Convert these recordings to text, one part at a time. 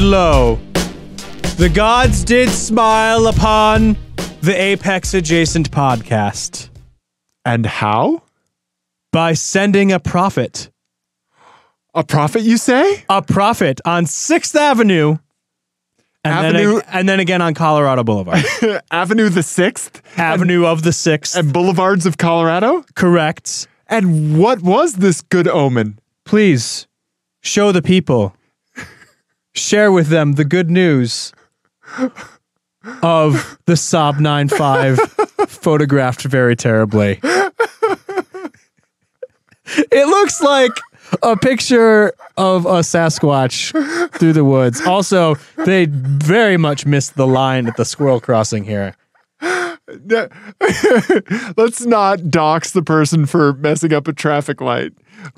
low. The gods did smile upon the Apex Adjacent podcast And how? by sending a prophet, A prophet, you say? a prophet on 6th Avenue. And, Avenue- Then, ag- and then again on Colorado Boulevard. Avenue the Sixth Avenue of the 6th. and Boulevards of Colorado? correct. And what was this good omen? Please show the people, share with them the good news of the Saab 95 photographed very terribly. It looks like a picture of a Sasquatch through the woods. Also, they very much missed the line at the squirrel crossing here. Let's not dox the person for messing up a traffic light.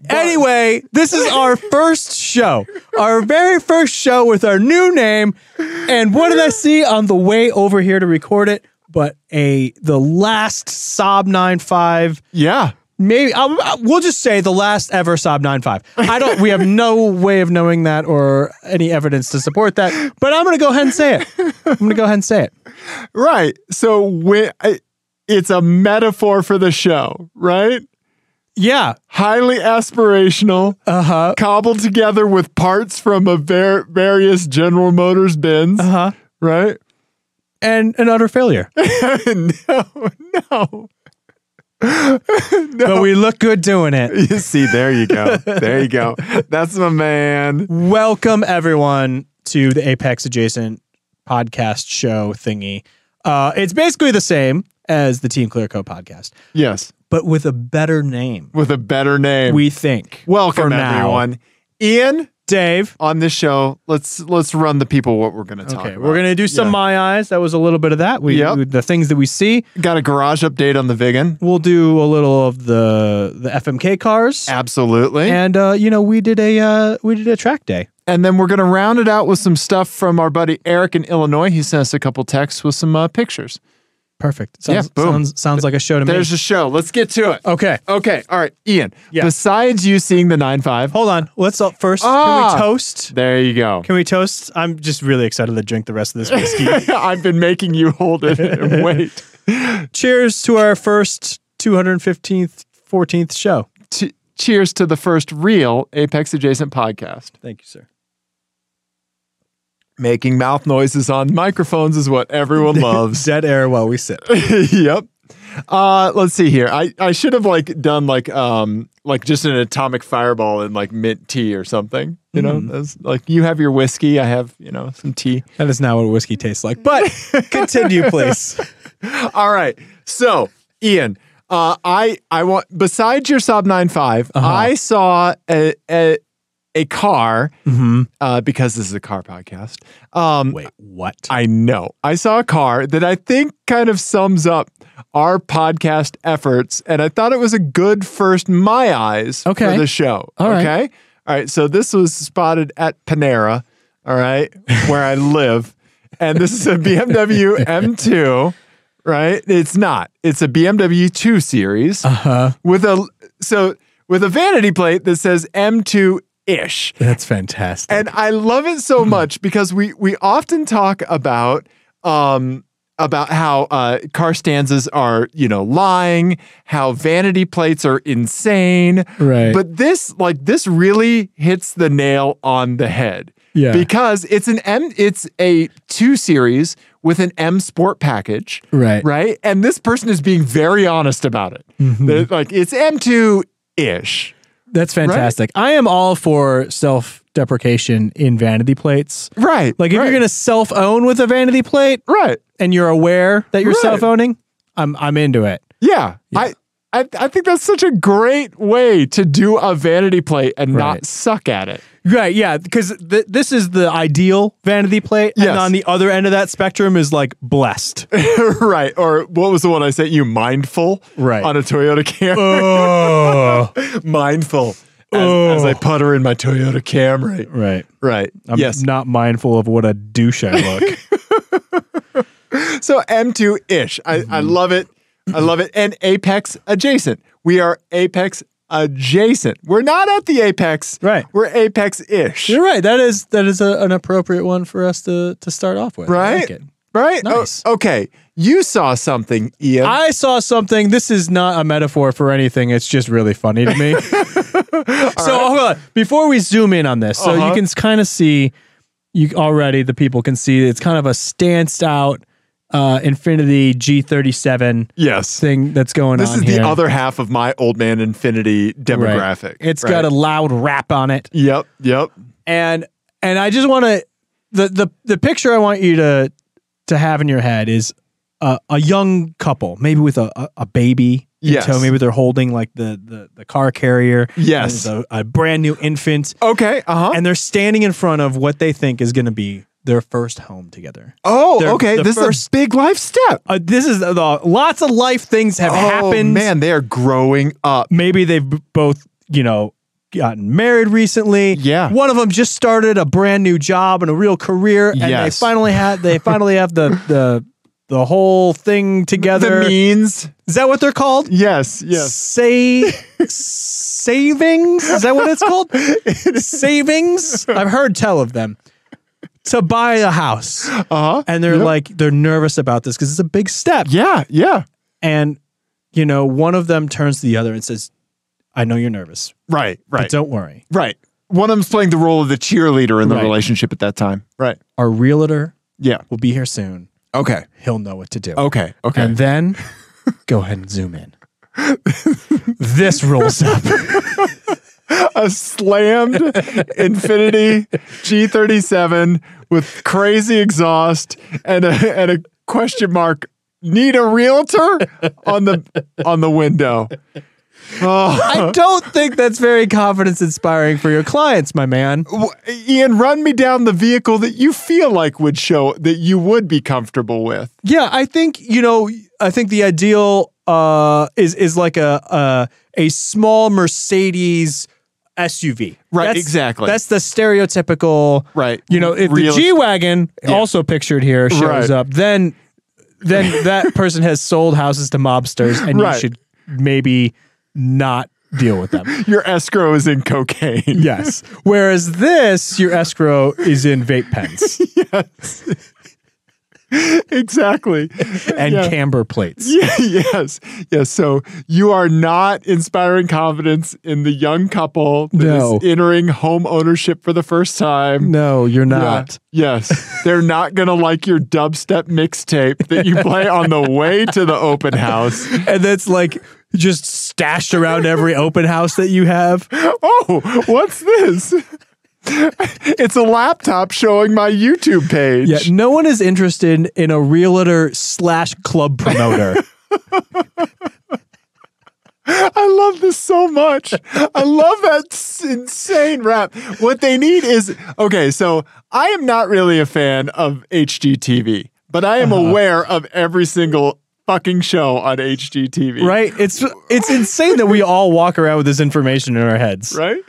Anyway, this is our first show, our very first show with our new name. And what did I see on the way over here to record it? But a the last Sob 95 Yeah. maybe I, I- we'll just say the last ever Sob 95. I don't we have no way of knowing that or any evidence to support that, but I'm going to go ahead and say it. I'm going to go ahead and say it. Right. So when, I- it's a metaphor for the show, right? Yeah. Highly aspirational, Uh-huh. cobbled together with parts from a ver- various General Motors bins, Uh-huh. right? And an utter failure. no, no. But we look good doing it. You see, there you go. There you go. That's my man. Welcome everyone to the Apex Adjacent podcast show thingy. Uh, it's basically the same as the Team Clear Co podcast, Yes, but with a better name. with a better name. We think. for Welcome now. everyone. Ian, Dave. on this show, let's let's run the people what we're going to talk Okay, about. we're gonna do some Yeah. my eyes. That was a little bit of that. We, Yep. we- the things that we see. Got a garage update on the vegan? We'll do a little of the the FMK cars, Absolutely. and And, uh, you know we did a uh, we did a track day. then we're going to round it out with some stuff from our buddy Eric in Illinois. He sent us a couple texts with some uh, pictures. Perfect. Yeah, Sounds, boom. sounds sounds like a show to There's me. the show. Let's get to it. okay, Okay. All right, Ian. Yeah. Besides you seeing the nine five, hold on. Let's uh, first. Can Ah. we toast? there you go. Can we toast? I'm just really excited to drink the rest of this whiskey. I've been making you hold it and wait. Cheers to our first 215th, 14th show. T- cheers to the first real Apex Adjacent podcast. Thank you, sir. Making mouth noises on microphones is what everyone loves. Dead air while we sit. yep. Uh, let's see here. I, I should have like done like um like just an atomic fireball and like mint tea or something. You know, That's- like you have your whiskey, I have you know some tea. That is not what whiskey tastes like, but continue, please. All right. So, Ian, uh, I I want besides your Saab 95, I saw a a, a car uh, because this is a car podcast. Um, Wait, what? I know. I saw a car that I think kind of sums up our podcast efforts, and I thought it was a good first my eyes Okay. for the show. All right. okay. All right. So this was spotted at Panera, all right, where I live. And this is a BMW M2, right? It's not. It's a BMW 2 series huh. with a so with a vanity plate that says M2 ish. That's fantastic. And I love it so much because we we often talk about um about how uh, car stanzas are, you know, lying, how vanity plates are insane. Right. But this, like, this really hits the nail on the head. Yeah. Because it's an M, it's a two series with an M Sport package. Right. Right. And this person is being very honest about it. Mm-hmm. They're Like, it's M2 ish. That's fantastic. I am all for self deprecation in vanity plates. Right. Like, if right, you're going to self own with a vanity plate Right. and you're aware that you're Right. self owning, I'm, I'm into it. Yeah. I, I I think that's such a great way to do a vanity plate and Right. not suck at it. Right, yeah, because th- this is the ideal vanity plate, Yes. and on the other end of that spectrum is like blessed. right. Or what was the one I sent you? Mindful. Right. On a Toyota Camry. oh, Uh. Mindful. As, Oh. as I putter in my Toyota Camry. right. Right. I'm yes. not mindful of what a douche I look. so M2 Mm-hmm. ish. I, I love it. I love it. And Apex adjacent. We are Apex adjacent. We're not at the apex. Right. We're apex ish. You're right. That is that is a, an appropriate one for us to to start off with. I like Right. it. Right. Oh, Nice. okay. You saw something, Ian. I saw something. This is not a metaphor for anything. It's just really funny to me. so hold on. Before we zoom in on this, so you Uh-huh. can kind of see you already the people can see it's kind of a stanced out uh Infinity G37 yes. thing that's going This on is here. the other half of my old man infinity Right. demographic. It's Right. got a loud rap on it. Yep. Yep. and and I just want to the the the picture I want you to to have in your head is a, a young couple, maybe with a a, a baby. in Yes. tow. maybe they're holding like the the, the car carrier. Yes. and a, a brand new infant, Okay. Uh huh. and they're standing in front of what they think is going to be their first home together. Oh, they're- okay. the This is a first- big life step. Uh, this is the, lots of life things have oh happened. man, they are growing up. maybe they've b- both you know gotten married recently Yeah. one of them just started a brand new job and a real career and Yes. they finally had they finally have the the the whole thing together The means. is that what they're called Yes. Yes. say savings is that what it's called savings i've heard tell of them to buy a house Uh huh. and they're Yep. like they're nervous about this because it's a big step Yeah. Yeah. and you know one of them turns to the other and says i know you're nervous Right. but Right. don't worry. Right. One of them's playing the role of the cheerleader in the Right. relationship at that time. Right. Our realtor Yeah. will be here soon. Okay. He'll know what to do. Okay. Okay. And then go ahead and zoom in. this rolls up. a slammed Infinity G37 with crazy exhaust and a and a question mark. Need a realtor on the on the window. Oh, I don't think that's very confidence inspiring for your clients, my man. w- Ian, run me down the vehicle that you feel like would show that you would be comfortable with. Yeah, I think, you know, I think the ideal uh is is like a uh, a small Mercedes SUV. Right, That's- exactly. That's the stereotypical Right. you know if Real- the g-wagon also pictured here shows Right. up then then that person has sold houses to mobsters and Right. you should maybe not deal with them Your escrow is in cocaine. yes whereas this your escrow is in vape pens exactly. and Yeah. camber plates Yeah, yes. Yes. So you are not inspiring confidence in the young couple that is No. entering home ownership for the first time. no you're Yeah. not Yes. They're not going to like your dubstep mixtape that you play on the way to the open house. and that's like just stashed around every open house that you have Oh, what's this? it's a laptop showing my YouTube page. yeah no one is interested in a realtor slash club promoter I love this so much. I love that s- insane rap. What they need is okay. So I am not really a fan of HGTV, but I am aware of every single fucking show on HGTV. right it's it's insane that we all walk around with this information in our heads Right.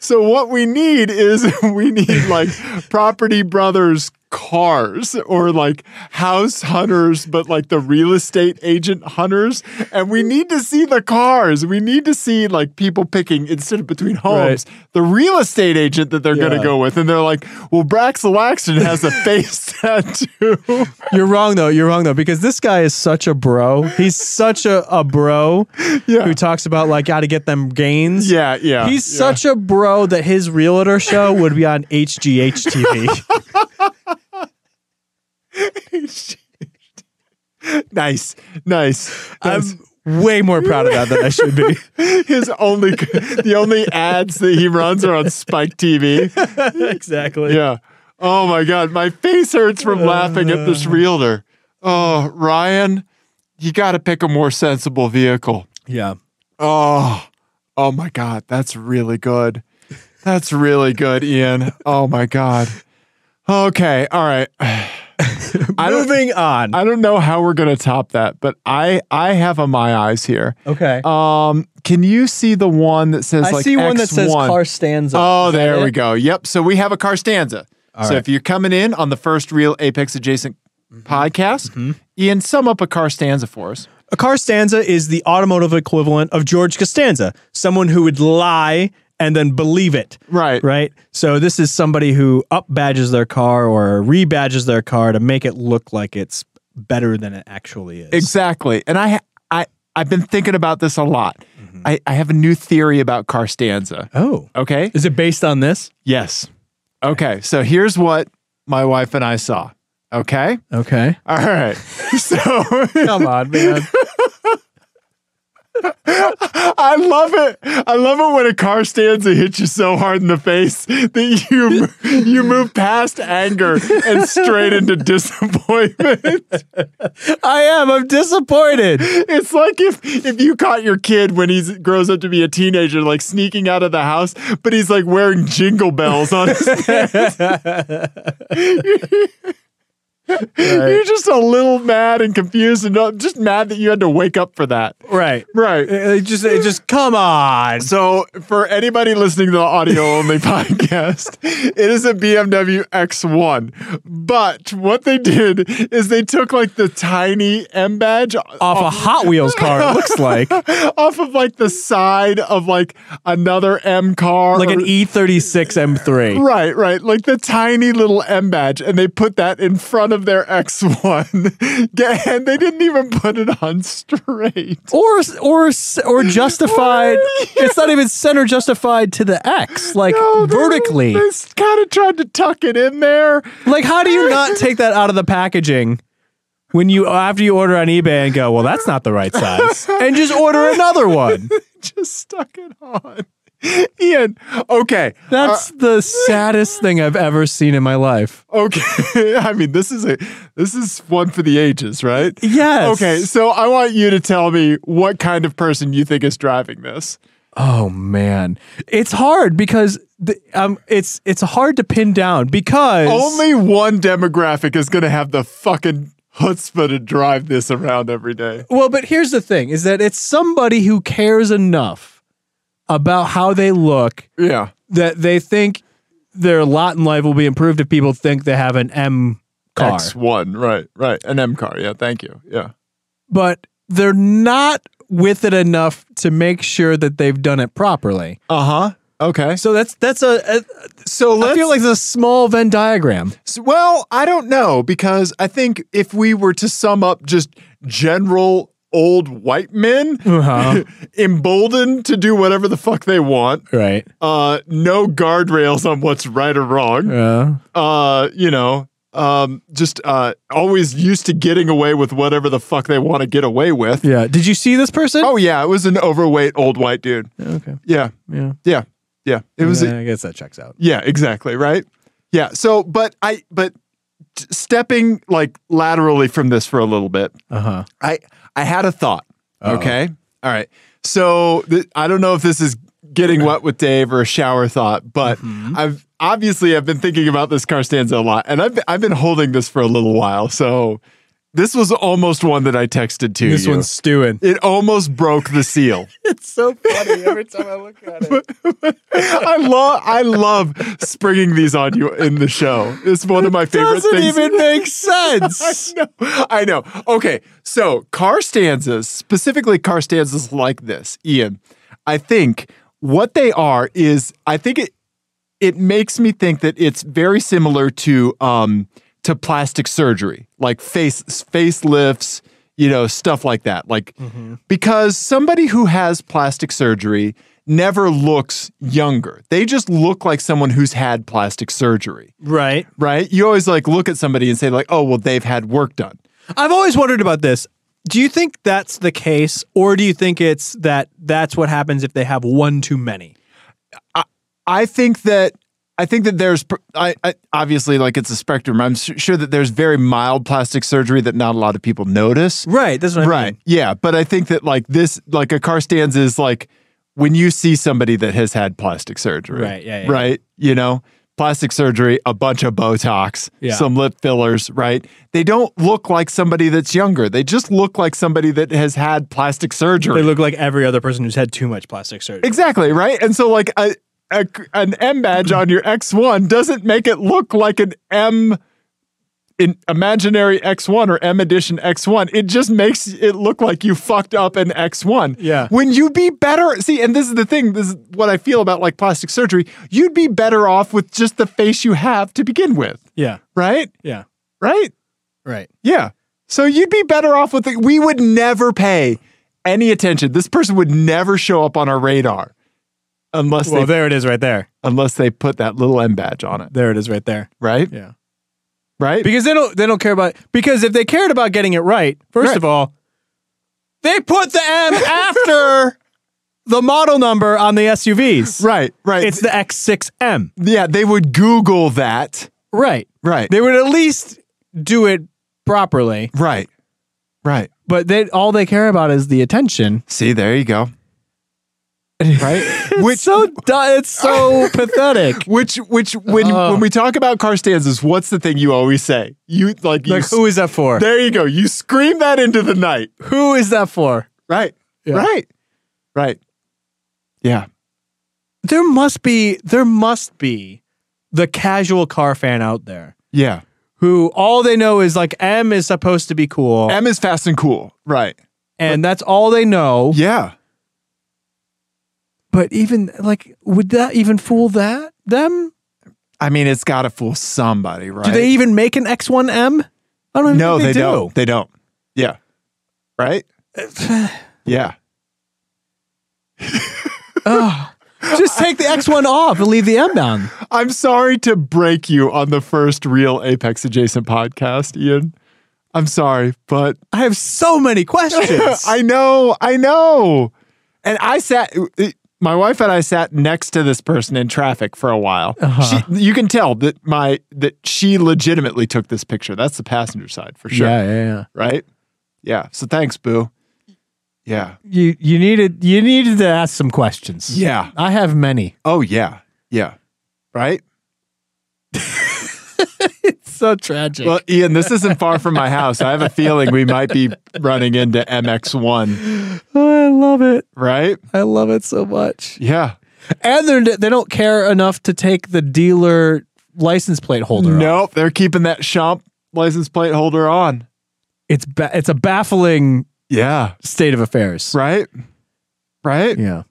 So what we need is we need like Property Brothers cars or like house hunters but like the real estate agent hunters and we need to see the cars we need to see like people picking instead of between homes the real estate agent that they're going Yeah. to go with and they're like well Braxel Laxton has a face tattoo You're wrong though. You're wrong though because this guy is such a bro. He's such a, a bro Yeah. who talks about like how to get them gains. yeah yeah He's yeah. such a bro that his realtor show would be on HGH TV. nice nice I'm way more proud of that than I should be. His only, the only ads that he runs are on Spike TV. exactly. Yeah. Oh my God, my face hurts from laughing at this realtor. Oh, Ryan, you got to pick a more sensible vehicle. Yeah. Oh, oh my God, that's really good. That's really good, Ian. Oh my God. Okay, all right. I don't, Moving on. I don't know how we're gonna top that, but I I have on my eyes here. okay. Um, can you see the one that says I like see one that says X1? car stands. Oh, there we go. Yep. So we have a car stanza. All so right. if you're coming in on the first real Apex adjacent podcast, Ian, sum up a car stanza for us. A car stanza is the automotive equivalent of George Costanza, someone who would lie and then believe it. Right. Right. So this is somebody who up badges their car or rebadges their car to make it look like it's better than it actually is. Exactly. And I I I've been thinking about this a lot. I, I have a new theory about Carstanza. oh. Okay? Is it based on this? Yes. Okay. So here's what my wife and I saw. Okay? Okay. All right. So Come on, man. I love it. I love it when a car stands and hits you so hard in the face that you you move past anger and straight into disappointment. I am. I'm disappointed. It's like if if you caught your kid when he grows up to be a teenager, like sneaking out of the house, but he's like wearing jingle bells on his pants. You're just a little mad and confused and not- just mad that you had to wake up for that. Right. Right. Uh, just, uh, just come on. So, for anybody listening to the audio only podcast, it is a BMW X1. But what they did is they took like the tiny M badge Off a Hot Wheels car, it looks like. off of like the side of like another M car. Like an E. or- E36 M3. Right, right. Like the tiny little M badge, and they put that in front of their X1. Ga- and they didn't even put it on straight. Or, or, or justified. It's not even center justified to the X, like No, they- vertically. They kind of tried to tuck it in there. Like, how do you not take that out of the packaging when you after you order on eBay and go, well, that's not the right size, and just order another one? just stuck it on. Ian, okay. That's the saddest thing I've ever seen in my life. Uh, okay. I mean, this is a this is one for the ages, right? Yes. Okay, so I want you to tell me what kind of person you think is driving this. Oh man, it's hard because the, um, it's it's hard to pin down because Only one demographic is going to have the fucking chutzpah to drive this around every day. Well, but here's the thing: is that it's somebody who cares enough about how they look Yeah. that they think their lot in life will be improved if people think they have an M car. X1, right, right. An M car. Yeah, thank you. Yeah. but they're not with it enough to make sure that they've done it properly. Uh-huh. Okay. So that's that's a, a So I let's feel like it's a small Venn diagram. S- Well, I don't know because I think if we were to sum up just general old white men Uh-huh. emboldened to do whatever the fuck they want, Right. uh, no guardrails on what's right or wrong, Yeah. uh, you know, um, just uh, always used to getting away with whatever the fuck they want to get away with. Yeah. Did you see this person? Oh yeah, it was an overweight old white dude. Okay. Yeah, Yeah. yeah, yeah. It was. Yeah, I guess that checks out. Yeah, exactly, right? Yeah. So, but I but t- stepping like laterally from this for a little bit. Uh huh. I I had a thought. Uh-oh. Okay? All right. So, th- I don't know if this is getting wet with Dave or a shower thought, but Mm-hmm. I've obviously I've been thinking about this Carstanza a lot and I've been- I've been holding this for a little while. So, this was almost one that I texted to This you. one's stewing. it almost broke the seal. It's so funny every time I look at it. I love I love springing these on you in the show. It's one of my favorite Doesn't things. even make sense. no, I know. Okay, so car stanzas, specifically car stanzas like this, Ian. I think what they are is I think it it makes me think that it's very similar to um to plastic surgery, like face facelifts, you know, stuff like that. Like because somebody who has plastic surgery never looks younger. They just look like someone who's had plastic surgery right. right? You always like look at somebody and say like, "Oh, well, they've had work done." I've always wondered about this. Do you think that's the case, or do you think it's that that's what happens if they have one too many? I think that I think that there's pr- I, I obviously like it's a spectrum. I'm su- sure that there's very mild plastic surgery that not a lot of people notice. Right. That's what I Right. Yeah, but I think that like this like a car stands is like when you see somebody that has had plastic surgery. Right, yeah, yeah. Right? You know, plastic surgery, a bunch of botox, Yeah. some lip fillers, right? They don't look like somebody that's younger. They just look like somebody that has had plastic surgery. They look like every other person who's had too much plastic surgery. Exactly, right? And so like a, a an M badge on your X1 doesn't make it look like an M in imaginary X1 or M edition X1, it just makes it look like you fucked up an X1. Yeah. When you be better, see, and this is the thing, this is what I feel about like plastic surgery. You'd be better off with just the face you have to begin with, Yeah. right? Yeah. Right? Right. Yeah. So you'd be better off with it. We would never pay any attention. This person would never show up on our radar unless Well, they there it is right there. unless they put that little M badge on it, There it is right there. right? Yeah. Right? Because they don't they don't care about because if they cared about getting it right, first Right. of all, they put the M after the model number on the SUVs. right, right. It's the X6M. yeah, they would Google that. Right. Right. They would at least do it properly, right. Right. but they all they care about is the attention. See, there you go. Right? which so du- it's so pathetic. Which which when Oh. when we talk about car stanzas, what's the thing you always say? You like you Like s- who is that for? There you go. You scream that into the night. Who is that for? Right. Yeah. Right. Right. Yeah. There must be there must be the casual car fan out there Yeah. who all they know is like M is supposed to be cool M is fast and cool. Right. and that's all they know. Yeah. But even like would that even fool that them? I mean, it's got to fool somebody, right? Do they even make an X1M? I don't even no, think they, they, don't. They don't. Yeah. Right? do. Yeah. Ugh. Just take the X1 off and leave the M down. I'm sorry to break you on the first real Apex adjacent podcast, Ian. I'm sorry, but I have so many questions. I know, I know. And I sat, my wife and I sat next to this person in traffic for a while. Uh-huh. She, you can tell that my that she legitimately took this picture. That's the passenger side for sure, Yeah, yeah, yeah. right? Yeah. So thanks, Boo. Yeah. You you needed you needed to ask some questions. Yeah. I have many. Oh yeah. Yeah. Right. It's so tragic. Well, Ian, this isn't far from my house. I have a feeling we might be running into MX1, I love it. right? I love it so much. Yeah. And they're, they don't care enough to take the dealer license plate holder. off. Nope, they're keeping that Shump license plate holder on. It's ba- it's a baffling Yeah. state of affairs. Right? Right? Yeah.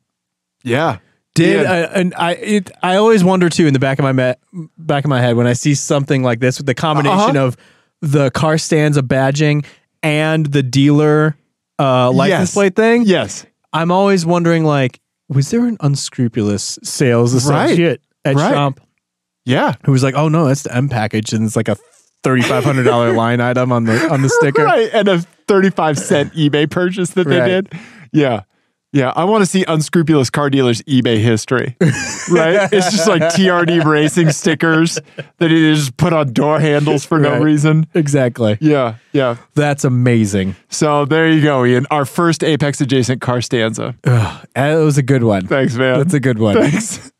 Yeah. Did Yeah. I, and I it I always wonder too in the back of my me- back of my head when I see something like this with the combination Uh-huh. of the car stanza badging and the dealer uh, license Yes. plate thing. Yes. I'm always wondering like was there an unscrupulous sales Right. associate at Right. Shop Yeah. who was like, "Oh no, that's the M package," and it's like a thirty five hundred dollar line item on the on the sticker. Right. And a 35 cent eBay purchase that they Right. did. Yeah. Yeah. I want to see unscrupulous car dealers' eBay history. right? It's just like TRD racing stickers that it just put on door handles for Right. no reason. Exactly. Yeah. Yeah. That's amazing. So there you go, Ian. Our first Apex adjacent car stanza. Ugh, that was a good one. Thanks, man. That's a good one. Thanks.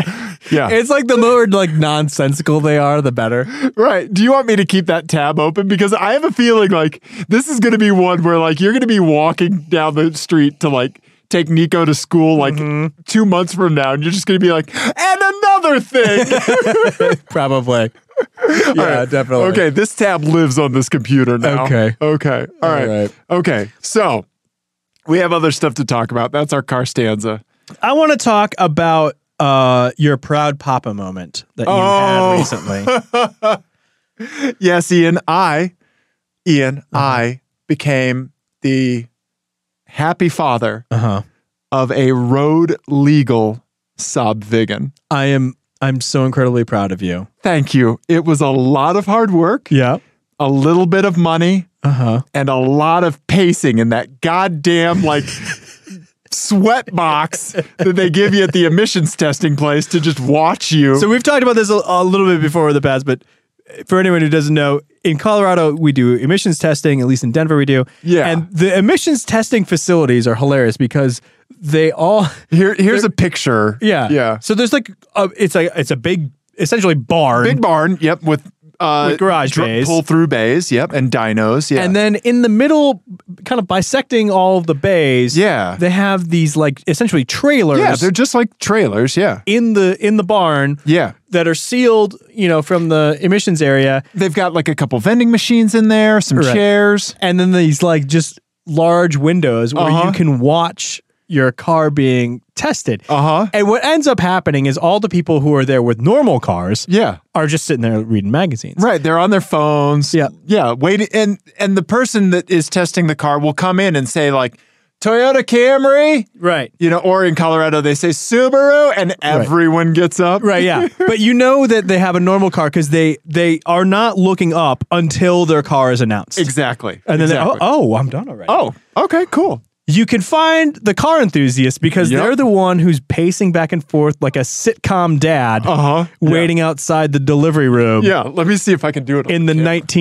yeah. It's like the more like nonsensical they are, the better. Right. Do you want me to keep that tab open? Because I have a feeling like this is going to be one where like you're going to be walking down the street to like take Nico to school like two months from now, and you're just going to be like, and another thing. Probably. Yeah, All right. definitely. Okay. This tab lives on this computer now. Okay. Okay. All right. right. Okay. So we have other stuff to talk about. That's our car stanza. I want to talk about uh your proud papa moment that you Oh. had recently. Yes, Ian. I, Ian, I became the happy father uh-huh. of a road legal Saab Vigan. I am I'm so incredibly proud of you. Thank you. It was a lot of hard work, Yeah. a little bit of money, Uh-huh. and a lot of pacing in that goddamn like sweat box that they give you at the emissions testing place to just watch you. So we've talked about this a, a little bit before in the past, but for anyone who doesn't know, in Colorado we do emissions testing. At least in Denver we do. Yeah. And the emissions testing facilities are hilarious because they all Here, here's a picture. yeah Yeah. So there's like a, it's like it's a big essentially barn Big barn. Yep. With uh, With garage bays. pull through bays. Yep, and dinos. Yeah, And then in the middle, kind of bisecting all of the bays, Yeah. they have these like essentially trailers yeah, they're just like trailers. Yeah, in the in the barn yeah. that are sealed, you know, from the emissions area, They've got like a couple vending machines in there, some Right. chairs. and then these like just large windows where Uh-huh. you can watch your car being tested. Uh huh. And what ends up happening is all the people who are there with normal cars Yeah. are just sitting there reading magazines. Right, they're on their phones. Yeah. yeah. Waiting, and and the person that is testing the car will come in and say like, "Toyota Camry," Right. you know, or in Colorado they say Subaru, and everyone gets up. Right, yeah. but you know that they have a normal car because they they are not looking up until their car is announced. exactly. And then exactly. they, oh, oh, I'm done already. oh, okay, cool. You can find the car enthusiast because Yep. they're the one who's pacing back and forth like a sitcom dad Uh huh. waiting outside the delivery room Yeah, let me see if I can do it in the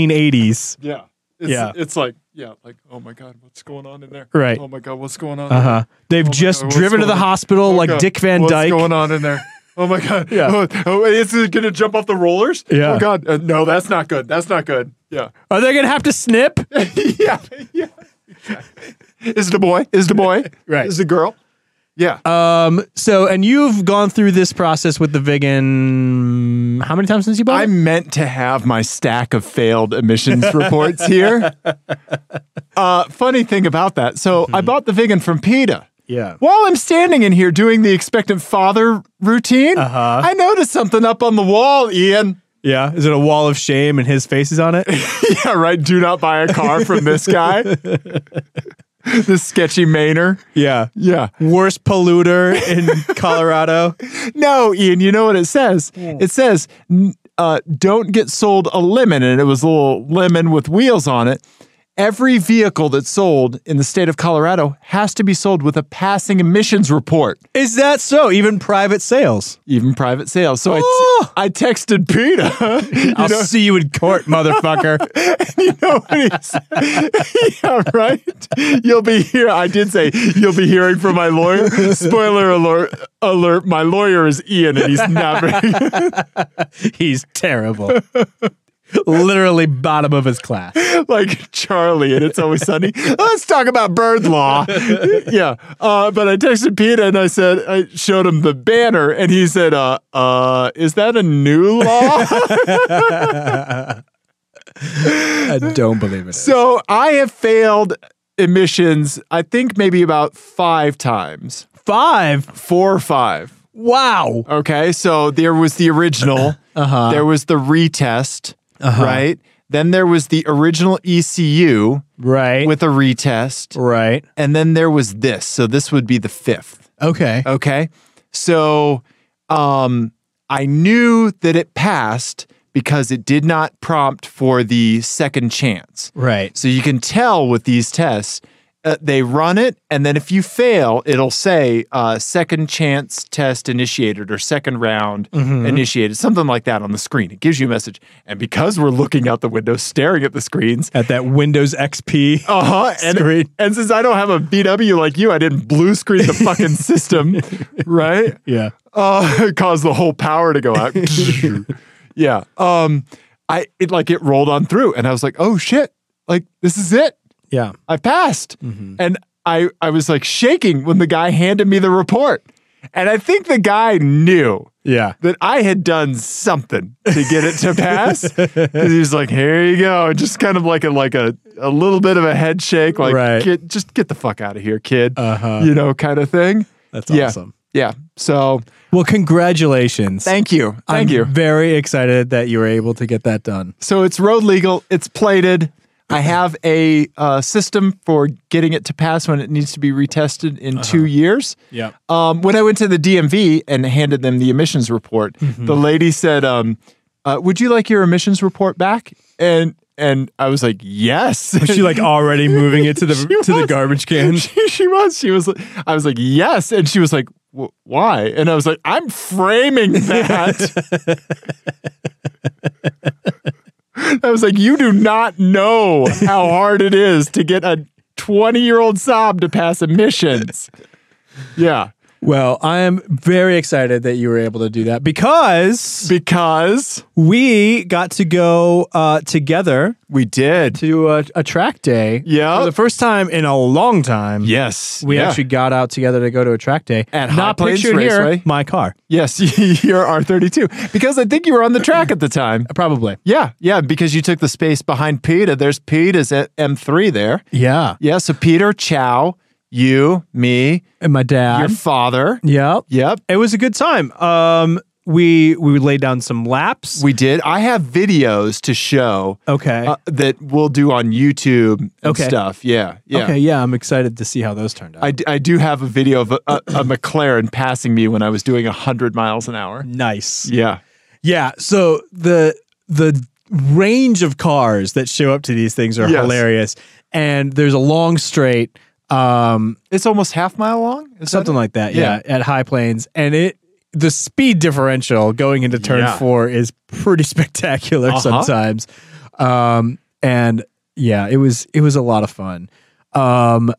1980s. Yeah. It's, Yeah. It's like, yeah, like, oh my God, what's going on in there? Right. Oh my God, what's going on? Uh huh. They've Oh my just God, what's driven to the going on? Oh hospital like Dick Van what's Dyke. What's going on in there? Oh my God. Yeah. Oh, oh, is it going to jump off the rollers? Yeah. Oh God. Uh, no, that's not good. That's not good. Yeah. Are they going to have to snip? yeah. Yeah. Exactly. Is it a boy? Is it a boy? Right. Is it a girl? Yeah. Um. So, and you've gone through this process with the Vigan. How many times since you bought I it? meant to have my stack of failed emissions reports here. Uh, funny thing about that. So I bought the vegan from PETA. Hmm. Yeah. While I'm standing in here doing the expectant father routine, Uh-huh. I noticed something up on the wall, Ian. Yeah. Is it a wall of shame and his face is on it? yeah, right. Do not buy a car from this guy. this sketchy Mainer. yeah. Yeah. Worst polluter in Colorado. No, Ian, you know what it says? Hmm. It says, n- uh, don't get sold a lemon. And it was a little lemon with wheels on it. Every vehicle that's sold in the state of Colorado has to be sold with a passing emissions report, is that so? Even private sales. even private sales. So I Oh. I texted PETA. I'll see you in court, motherfucker. you know what he said? yeah, right? You'll be here. I did say you'll be hearing from my lawyer. Spoiler alert, alert my lawyer is Ian, and he's not very He's terrible. Literally bottom of his class. like Charlie and It's Always Sunny. Let's talk about bird law. yeah. Uh, but I texted Pete and I said, I showed him the banner and he said, uh, uh, is that a new law? I don't believe it. Is. so I have failed emissions, I think maybe about five times, Five. four or five. Wow. Okay. So there was the original, Uh-huh. there was the retest, Uh-huh. right? Then there was the original ECU Right. with a retest. right. And then there was this. So this would be the fifth. Okay. Okay. So um, I knew that it passed because it did not prompt for the second chance. Right. So you can tell with these tests, uh, they run it, and then if you fail, it'll say uh, second chance test initiated or second round initiated, something like that on the screen. It gives you a message. And because we're looking out the window, staring at the screens, At that Windows XP. uh huh. And, Screen. and since I don't have a VW like you, I didn't blue screen the fucking system, right? Yeah. Uh, it caused the whole power to go out. yeah. Um, I it like it rolled on through, and I was like, oh shit, like this is it. Yeah. I passed, Mm-hmm. and I I was like shaking when the guy handed me the report, and I think the guy knew Yeah. that I had done something to get it to pass. 'Cause he was like, "Here you go," just kind of like a like a a little bit of a head shake, like Right. "Get- just get the fuck out of here, kid, Uh-huh. you know, kind of thing. That's Yeah. awesome. Yeah. So Well, congratulations. thank you, thank I'm you. Very excited that you were able to get that done. So it's road legal. It's plated. I have a uh, system for getting it to pass when it needs to be retested in two years. Uh-huh. Yeah. Um, when I went to the DMV and handed them the emissions report, Mm-hmm. the lady said, um, uh, "Would you like your emissions report back?" And and I was like, "Yes." Was she like already moving it to the She to the was. garbage can? she, she was. She was. I was like, "Yes," and she was like, "Wh- "Why?" And I was like, "I'm framing that." I was like, "You do not know how hard it is to get a 20 year old sob to pass emissions." Yeah. Well, I am very excited that you were able to do that because Because we got to go uh, together we did. to uh, a, a track day. Yeah. For the first time in a long time. Yes. We yeah. actually got out together to go to a track day. At High Not Plains pictured here, Raceway. my car. Yes, you're R32. Because I think you were on the track at the time. Probably. Yeah, yeah, because you took the space behind Peter. There's Peter's at M3 there. Yeah. Yeah, so Peter, Chow, you, me, And my your dad. father. Yep. Yep. It was a good time. Um, we we laid down some laps. We did. I have videos to show okay. uh, that we'll do on YouTube and Okay. stuff. Yeah, yeah. Okay. Yeah, I'm excited to see how those turned out. I, d- I do have a video of a, a, a McLaren passing me when I was doing 100 miles an hour. nice. Yeah. Yeah. So the the range of cars that show up to these things are Yes. hilarious, and there's a long straight, um, It's almost half mile long. Is that something it? like that. Yeah, at High Plains, and it the speed differential going into turn Yeah. four is pretty spectacular Uh-huh. sometimes, um, and yeah, it was it was a lot of fun. Um,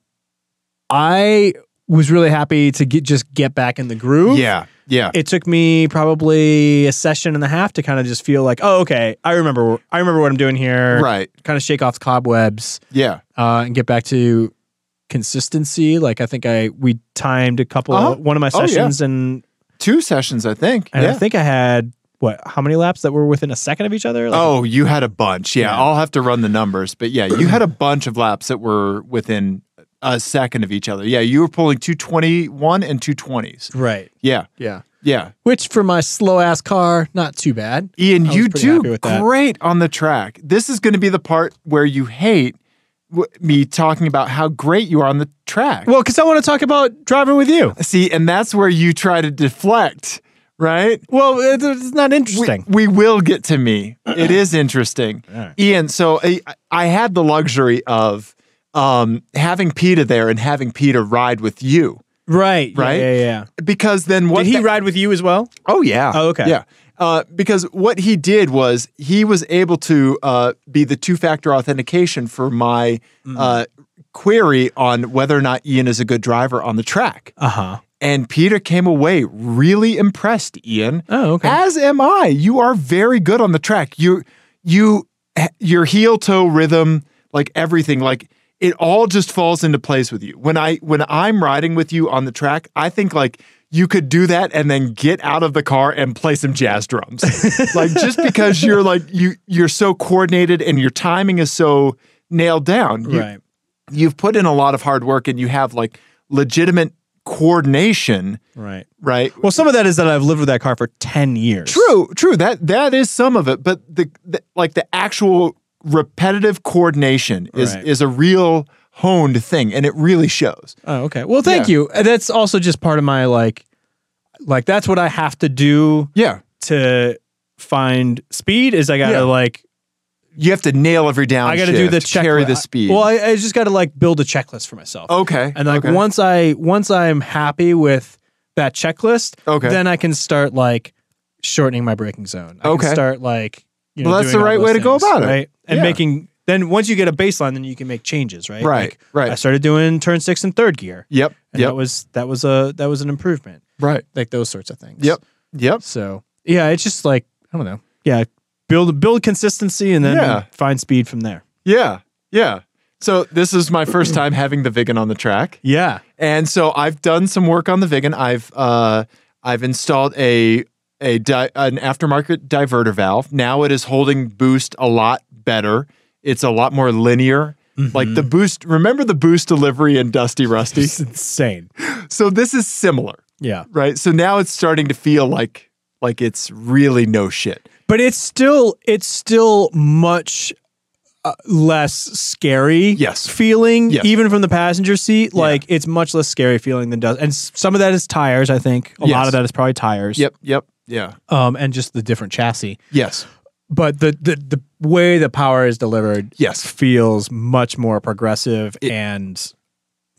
I was really happy to get just get back in the groove Yeah. Yeah. it took me probably a session and a half to kind of just feel like, oh, okay, I remember, I remember what I'm doing here. right. Kind of shake off the cobwebs Yeah. uh, and get back to consistency. Like I think I we timed a couple Uh-huh. one of my Oh, yeah. sessions and Two sessions, I think. and yeah. I think I had what how many laps that were within a second of each other? Like, Oh, you had a bunch. Yeah, Yeah. I'll have to run the numbers, but yeah, you had a bunch of laps that were within a second of each other. Yeah, you were pulling 221 and 220s. right. Yeah. Yeah. Yeah. Which for my slow ass car, not too bad. Ian, I was you pretty happy do with that. great on the track. This is going to be the part where you hate w- me talking about how great you are on the track. Well, because I want to talk about driving with you. see, and that's where you try to deflect, right? Well, it- it's not We- interesting. We, will get to me. It is interesting. right. Ian, so I, I had the luxury of um, having Peter there and having Peter ride with you right. yeah, Right? Yeah. Yeah. because then what Did he the- ride with you as well? Oh yeah. Oh, okay. Yeah. Uh, because what he did was he was able to uh, be the two-factor authentication for my Mm. uh, query on whether or not Ian is a good driver on the track, Uh huh. and Peter came away really impressed. Ian, Oh, okay. as am I. You are very good on the track. You you your heel toe rhythm, like everything, like it all just falls into place with you. When I when I'm riding with you on the track, I think like you could do that and then get out of the car and play some jazz drums. like just because you're like you you're so coordinated and your timing is so nailed down. You- right. You've put in a lot of hard work and you have like legitimate coordination, Right. right? Well, some of that is that I've lived with that car for 10 years. True, true. That that is some of it, but the, the like the actual repetitive coordination is Right. is a real honed thing, and it really shows. Oh, okay. Well, thank Yeah. you. And That's also just part of my like like that's what I have to do Yeah, to find speed is I got to Yeah. like you have to nail every down. I got got to do the checklist. carry the speed. Well, I, I just got to like build a checklist for myself. okay, And like okay. once I once I'm happy with that checklist, Okay. then I can start like shortening my braking zone. I can Okay. start like you know Well, that's doing the all right those way to go things, about it. right? And Yeah. making then once you get a baseline, then you can make changes, right? Right, Like, right. I started doing turn six and third gear, Yep, and yep, that was that was a that was an improvement, right. like those sorts of things. Yep, yep. So yeah, it's just like I don't know. Yeah, build build consistency and then Yeah. find speed from there. Yeah, yeah. So this is my first time having the vegan on the track. Yeah. And so I've done some work on the Vigan. I've uh, I've installed a a di- an aftermarket diverter valve. Now it is holding boost a lot better. It's a lot more linear. Like the boost, remember the boost delivery in Dusty Rusty? It's insane. so this is similar, Yeah. right? So now it's starting to feel like like it's really no shit. but it's still it's still much uh, less scary Yes. feeling Yes. even from the passenger seat like it's much less scary feeling than does and s- some of that is tires i think a lot Yes. of that is probably tires Yep, yep, yeah. um and just the different chassis Yes. but the the, the way the power is delivered Yes. feels much more progressive and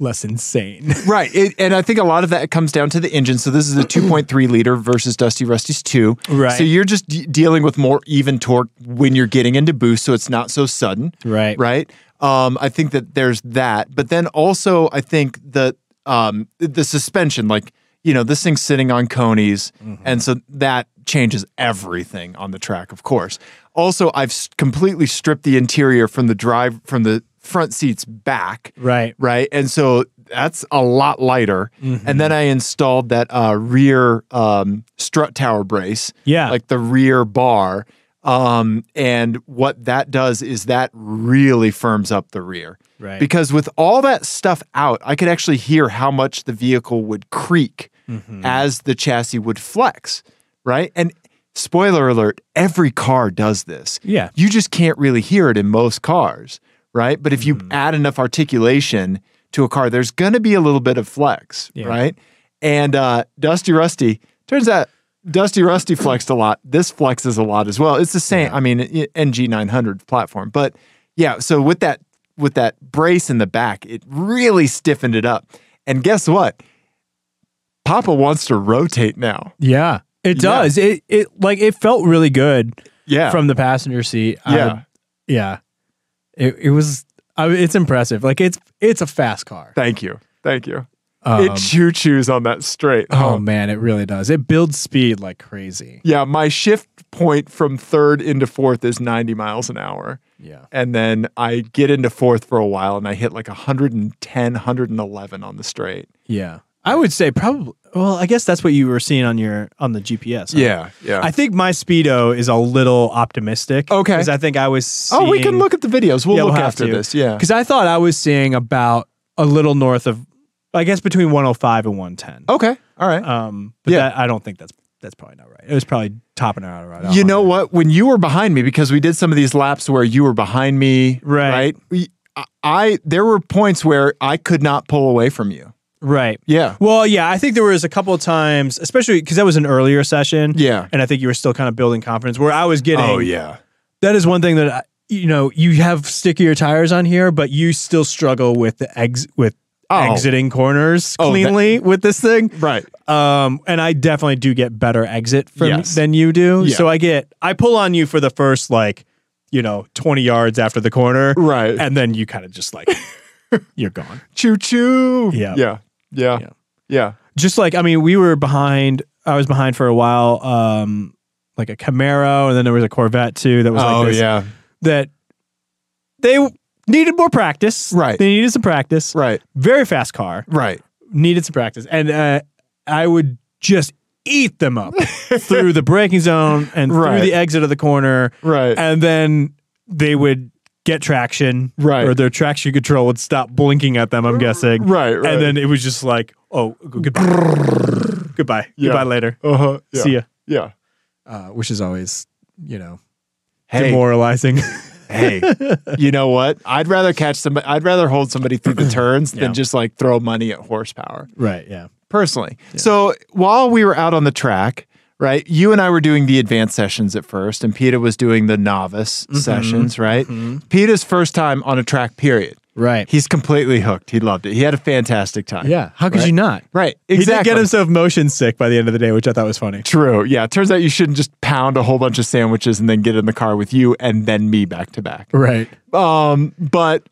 less insane Right. It, and I think a lot of that comes down to the engine. So this is a 2.3 liter versus Dusty Rusty's 2. Right. So you're just de- dealing with more even torque when you're getting into boost. So it's not so sudden. right Right. Um, I think that there's that. But then also, I think that um, the suspension, like you know, this thing's sitting on conies. Mm-hmm. And so that changes everything on the track, of course. Also, I've s- completely stripped the interior from the drive, from the front seats back. Right. Right. And so that's a lot lighter. And Mm-hmm. then I installed that uh, rear um, strut tower brace. Yeah. Like the rear bar. Um, and what that does is that really firms up the rear. Right. Because with all that stuff out, I could actually hear how much the vehicle would creak Mm-hmm. as the chassis would flex. Right. And spoiler alert, every car does this Yeah. you just can't really hear it in most cars, right? But if you Mm-hmm. add enough articulation to a car, there's going to be a little bit of flex, Yeah. right? And uh, Dusty Rusty turns out Dusty Rusty flexed a lot. This flexes a lot as well. It's the same. I mean, i- NG900 platform, but yeah. So with that with that brace in the back, it really stiffened it up. And guess what? Papa wants to rotate now. Yeah. It Yeah. does. It it like it felt really good Yeah. from the passenger seat. I- yeah. yeah. It it was I mean, it's impressive. Like it's it's a fast car. Thank you. Thank you. Um, it choo choos on that straight. oh man, it really does. It builds speed like crazy. Yeah, my shift point from third into fourth is 90 miles an hour. Yeah. And then I get into fourth for a while and I hit like 110, 111 on the straight. Yeah. I would say probably well, I guess that's what you were seeing on your on the GPS. huh? Yeah, yeah. I think my speedo is a little optimistic. Okay. Because I think I was. oh, we can seeing- look at the videos. We'll Yeah, look we'll have after to. this. Yeah. Because I thought I was seeing about a little north of, I guess between 105 and 110. Okay. All right. Um, but Yeah. that, I don't think that's that's probably not right. It was probably topping out right. out you on know that. what? When you were behind me, because we did some of these laps where you were behind me, Right. right? We- I, I there were points where I could not pull away from you. Right. Yeah. Well, yeah, I think there was a couple of times, especially because that was an earlier session. Yeah. And I think you were still kind of building confidence where I was getting. Oh yeah. That is one thing that, I, you know, you have stickier tires on here, but you still struggle with the ex- with Oh. exiting corners Oh, that- cleanly with this thing. Right. Um, and I definitely do get better exit from Yes. than you do. Yeah. So I get I pull on you for the first like, you know, twenty yards after the corner, Right. and then you kind of just like you're gone. choo choo. Yeah. Yeah. Yeah. Yeah. Yeah. Just like I mean, we were behind. I was behind for a while. Um, like a Camaro, and then there was a Corvette too that was like this. Oh, yeah. That they needed more practice. Right. They needed some practice. Right. Very fast car. Right. needed some practice, and uh, I would just eat them up through the braking zone and Right. through the exit of the corner, Right. and then they would get traction, Right. Or their traction control would stop blinking at them. I'm guessing, Right, right. And then it was just like, oh, g- goodbye, goodbye, Yeah. goodbye later, uh-huh. Yeah. see ya, Yeah. uh, which is always, you know, Hey, demoralizing. hey. You know what? I'd rather catch somebody I'd rather hold somebody through the turns Yeah. than just like throw money at horsepower. right? Yeah. Personally. So while we were out on the track, right, you and I were doing the advanced sessions at first, and PETA was doing the novice Mm-hmm. sessions, right? PETA's first time on a track period. Right. He's completely hooked. He loved it. He had a fantastic time. Yeah. How could Right. you not? Right. He did Exactly. get himself motion sick by the end of the day, which I thought was funny. True. Yeah. It turns out you shouldn't just pound a whole bunch of sandwiches and then get in the car with you and then me back to back. Right. Um, but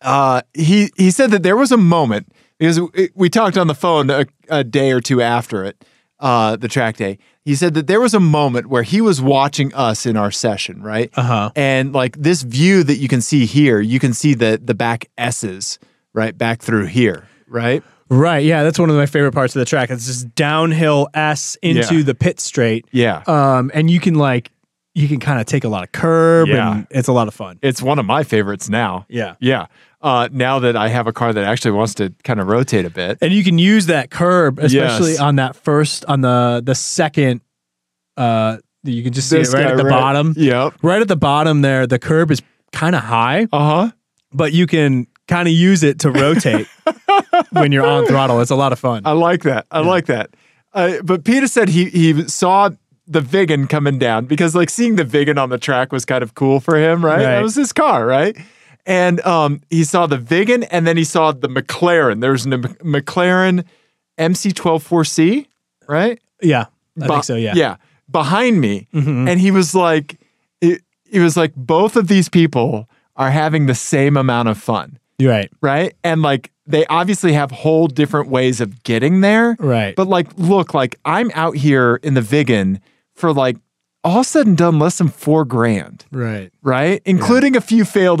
uh, he he said that there was a moment because we- we talked on the phone a, a day or two after it, uh, the track day. He said that there was a moment where he was watching us in our session, right? Uh-huh. And like this view that you can see here, you can see the the back S's right back through here, right? Right. Yeah, that's one of my favorite parts of the track. It's just downhill S into Yeah. the pit straight. Yeah. Um, and you can like you can kind of take a lot of curb Yeah. and it's a lot of fun. it's one of my favorites now. Yeah. Yeah. Uh, now that I have a car that actually wants to kind of rotate a bit. And you can use that curb, especially Yes. on that first on the the second uh you can just see it right at the bottom. Yep. Right at the bottom there, the curb is kind of high, Uh huh. but you can kind of use it to rotate when you're on throttle. It's a lot of fun. I like that. I like that. Uh, but Peter said he he saw the Vigan coming down because like seeing the Vigan on the track was kind of cool for him, right? That Right. was his car, right? And um, he saw the Vigan, and then he saw the McLaren. There's an M- McLaren MC124C, right? yeah. I Be- think so, yeah. Mm-hmm. Yeah. Behind me. And he was like, it, it was like both of these people are having the same amount of fun, You're right. right? And like they obviously have whole different ways of getting there. Right. But like, look, like I'm out here in the Vigan for like all said and done less than four grand, Right. right? Including a few failed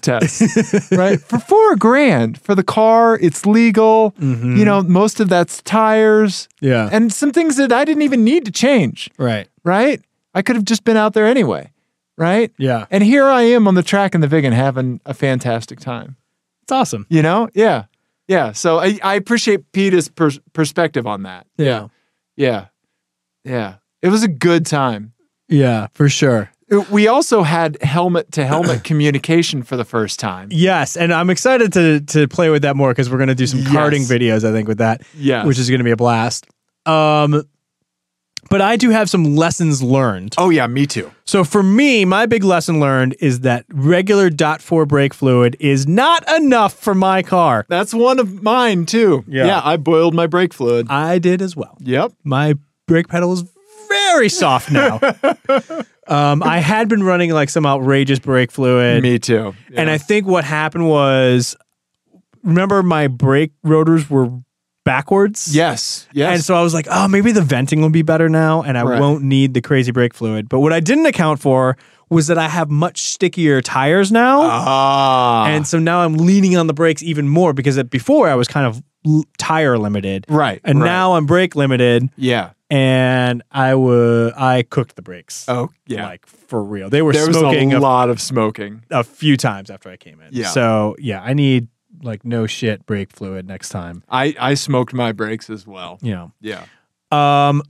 tests, right? For four grand for the car, it's legal. Mm-hmm. You know, most of that's tires Yeah. and some things that I didn't even need to change, right. right? I could have just been out there anyway, right? Yeah. And here I am on the track in the Vigan having a fantastic time. It's awesome. You know? Yeah. Yeah. So I, I appreciate Peter's pers- perspective on that. Yeah. Yeah. Yeah. It was a good time. Yeah, for sure. It- We also had helmet to helmet communication for the first time. Yes, and I'm excited to to play with that more because we're gonna do some Yes. karting videos, I think, with that, Yeah. which is gonna be a blast. Um, but I do have some lessons learned. oh, yeah. Me too. So for me, my big lesson learned is that regular dot four brake fluid is not enough for my car. That's one of mine too. Yeah. yeah I boiled my brake fluid. I did as well. yep. my brake pedal is very soft now. um, I had been running like some outrageous brake fluid, Me too. and I think what happened was, remember my brake rotors were backwards. Yes. Yes. And so I was like, oh, maybe the venting will be better now and I Right. won't need the crazy brake fluid. But what I didn't account for was that I have much stickier tires now. ah. And so now I'm leaning on the brakes even more because at- before I was kind of l- tire limited. right. And right. now I'm brake limited Yeah. and I would I cooked the brakes. Oh, yeah. Like for real. They were there was smoking a a, lot of smoking. a few times after I came in. Yeah. So yeah, I need like no shit brake fluid next time. I I smoked my brakes as well. You know. Yeah. Um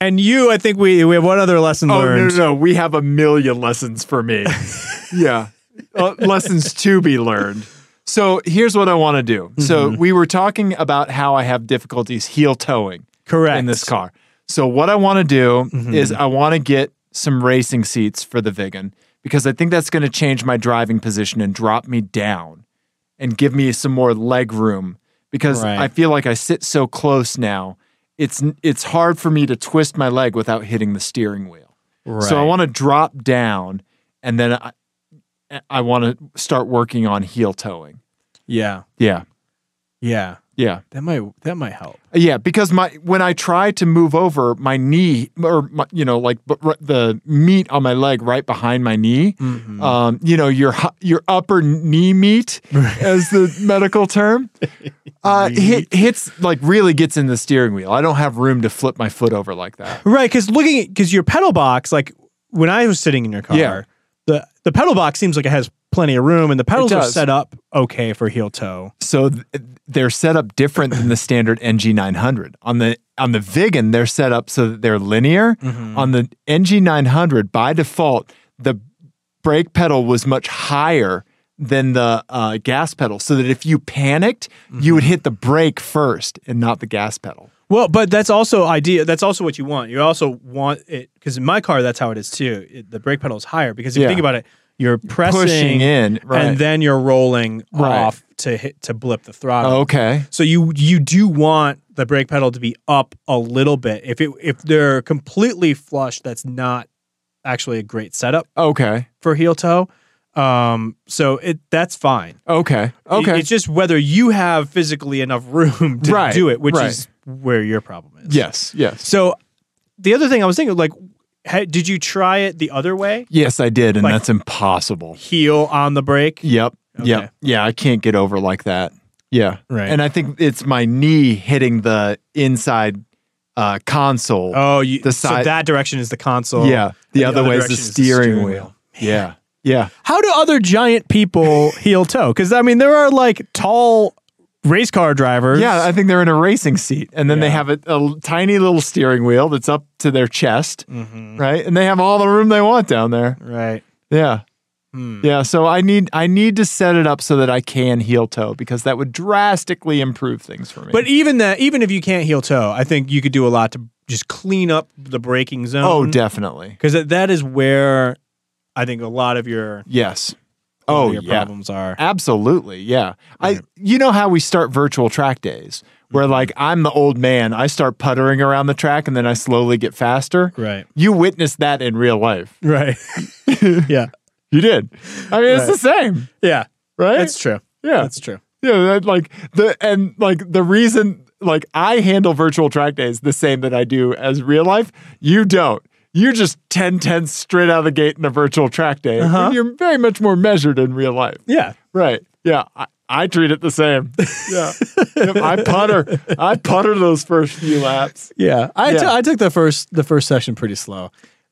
and you, I think we we have one other lesson Oh no, learned. no, no, we have a million lessons for me. yeah. Uh, lessons to be learned. So here's what I want to do. So we were talking about how I have difficulties heel towing Correct. in this car. So what I want to do Mm-hmm. is I want to get some racing seats for the Vigan because I think that's going to change my driving position and drop me down and give me some more leg room because Right. I feel like I sit so close now. It's it's hard for me to twist my leg without hitting the steering wheel. Right. So I want to drop down and then I I want to start working on heel towing. Yeah. Yeah. Yeah. Yeah. That might that might help. Yeah, because my when I try to move over, my knee or my, you know like b- r- the meat on my leg right behind my knee, Mm. um, you know your hu- your upper knee meat, as the medical term, uh, hit, hits like really gets in the steering wheel. I don't have room to flip my foot over like that. Right, because looking at because your pedal box, like when I was sitting in your car, Yeah. the the pedal box seems like it has plenty of room and the pedals are does. set up okay for heel toe. So th- they're set up different than the standard NG900 on the on the Vigan. They're set up so that they're linear. Mm-hmm. On the NG900, by default, the brake pedal was much higher than the uh, gas pedal, so that if you panicked, you Mm-hmm. would hit the brake first and not the gas pedal. Well, but that's also idea. That's also what you want. You also want it because in my car, that's how it is too. It, the brake pedal is higher because if you Yeah. think about it, you're pressing Pushing in, right? and then you're rolling Right. off to hit to blip the throttle. okay, So you you do want the brake pedal to be up a little bit. If it if they're completely flush, that's not actually a great setup okay, for heel toe. Um, so it that's fine. okay, It- okay. it's just whether you have physically enough room to Right, do it, which right. is where your problem is. yes, yes, So the other thing I was thinking, like, ha- did you try it the other way? yes. I did, and Like- that's impossible. Heel on the brake? Yep. Okay. Yep. Yeah, I can't get over like that. Yeah. Right. And I think it's my knee hitting the inside uh, console. Oh, you, The so side- that direction is the console. yeah. Oh. The, and other, way is the direction steering, wheel. Yeah. Yeah. How do other giant people heel toe? Because, I mean, there are like tall race car drivers. Yeah, I think they're in a racing seat, and then they Yeah. have a, a l- tiny little steering wheel that's up to their chest, right? And they have all the room they want down there. right. Yeah, yeah. So I need I need to set it up so that I can heel toe because that would drastically improve things for me. But even that, even if you can't heel toe, I think you could do a lot to just clean up the braking zone. oh, definitely Because that is where I think a lot of your, yes. oh, Oh, your yeah. problems are. Absolutely, yeah. I you know how we start virtual track days Mm-hmm. where like I'm the old man, I start puttering around the track and then I slowly get faster. Right. You witnessed that in real life. Right. yeah. You did. I mean, it's Right. the same, Yeah. right? That's true. yeah. That's true. Yeah, that, like the and like the reason like I handle virtual track days the same that I do as real life. You don't. You're just 10 10 straight out of the gate in a virtual track day. when Uh-huh. You're very much more measured in real life. Yeah. Right. Yeah. I, I treat it the same. Yeah. Yep, I putter. I putter those first few laps. Yeah, I Yeah. t- I took the first the first session pretty slow,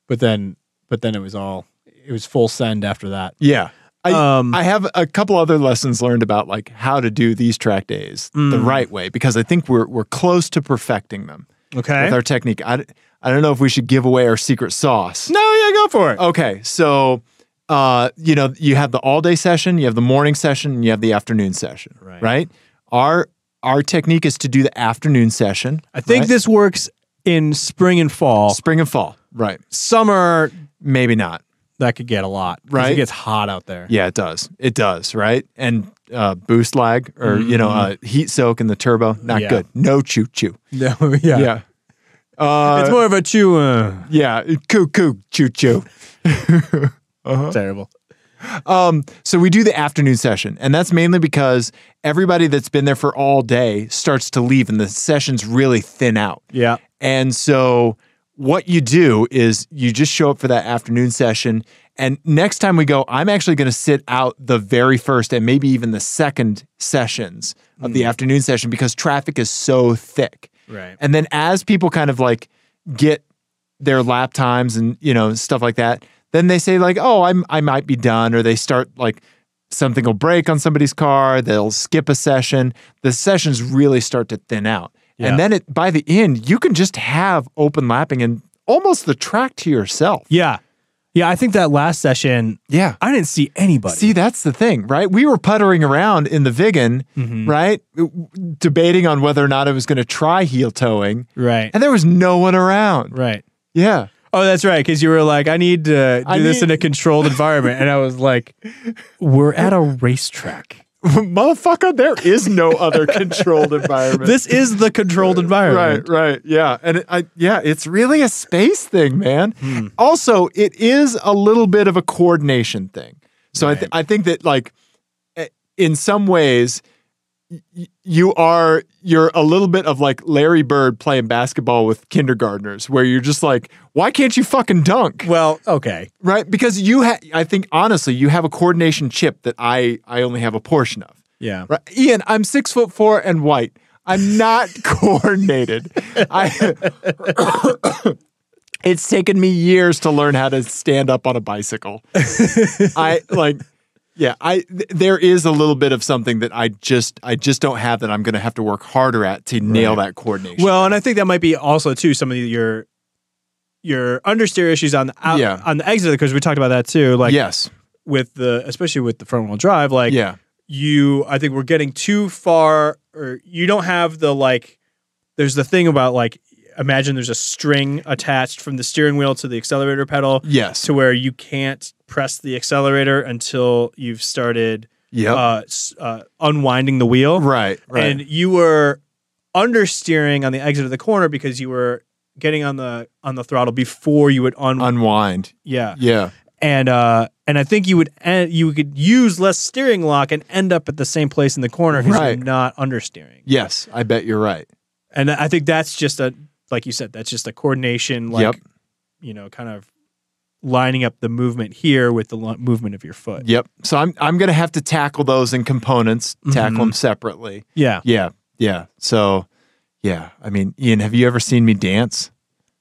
but then but then it was all it was full send after that. Yeah. I, Um, I have a couple other lessons learned about like how to do these track days the Mm. right way because I think we're we're close to perfecting them Okay. with our technique. I, d- I don't know if we should give away our secret sauce. no, yeah, go for it. Okay, so uh, you know you have the all day session, you have the morning session, and you have the afternoon session, Right. Our our technique is to do the afternoon session. I think right? this works in spring and fall. spring and fall, right? Summer Maybe not. that could get a lot. 'cause It Right. gets hot out there. Yeah, it does. It does, right? And uh, boost lag or you know uh, heat soak in the turbo, not Mm-hmm. Yeah. good. No choo choo. Yeah. No, yeah. Uh, It's more of a chew. Uh, yeah, coo coo choo choo. Terrible. Um, so we do the afternoon session, and that's mainly because everybody that's been there for all day starts to leave, and the sessions really thin out. Yeah. And so what you do is you just show up for that afternoon session. And next time we go, I'm actually going to sit out the very first and maybe even the second sessions of the afternoon session because traffic is so thick. Right. And then as people kind of like get their lap times and you know stuff like that, then they say like, "Oh, I'm I might be done," or they start like something will break on somebody's car. They'll skip a session. The sessions really start to thin out, Yeah. and then it by the end you can just have open lapping and almost the track to yourself. Yeah. Yeah. I think that last session, Yeah. I didn't see anybody. See, that's the thing, right? We were puttering around in the Vigan, Mm-hmm. right? Debating on whether or not I was going to try heel towing. right. And there was no one around. right. Yeah. Oh, that's right. Because you were like, I need to do I this need- in a controlled environment. And I was like, we're at a racetrack. motherfucker, there is no other controlled environment. This is the controlled right, environment. right, yeah, and it, I, yeah, it's really a space thing, man. Also, it is a little bit of a coordination thing. So I, th- I think that like, eh, in some ways, y- you are you're a little bit of like Larry Bird playing basketball with kindergartners, where you're just like, why can't you fucking dunk? Well, okay. Right? Because you, ha- I think honestly, you have a coordination chip that I I only have a portion of. Yeah. Right. Ian, I'm six foot four and white. I'm not coordinated. I, it's taken me years to learn how to stand up on a bicycle. I like, yeah, I th- there is a little bit of something that I just I just don't have that I'm going to have to work harder at to nail that coordination. Well, and I think that might be also too some of your your understeer issues on the out, Yeah. on the exit because we talked about that too. Like yes, with the especially with the front wheel drive, like yeah, you I think we're getting too far or you don't have the like there's the thing about like imagine there's a string attached from the steering wheel to the accelerator pedal yes, to where you can't press the accelerator until you've started yep, uh, s- uh, unwinding the wheel. right, right, And you were understeering on the exit of the corner because you were getting on the on the throttle before you would un unwind, yeah. yeah, And uh and I think you would en- you could use less steering lock and end up at the same place in the corner because Right. you're not understeering. yes. I bet you're right. And I think that's just a like you said that's just a coordination like Yep. you know kind of lining up the movement here with the lo- movement of your foot. Yep. So I'm I'm gonna have to tackle those in components, Mm-hmm. tackle them separately. Yeah. Yeah, yeah. So, yeah. I mean, Ian, have you ever seen me dance?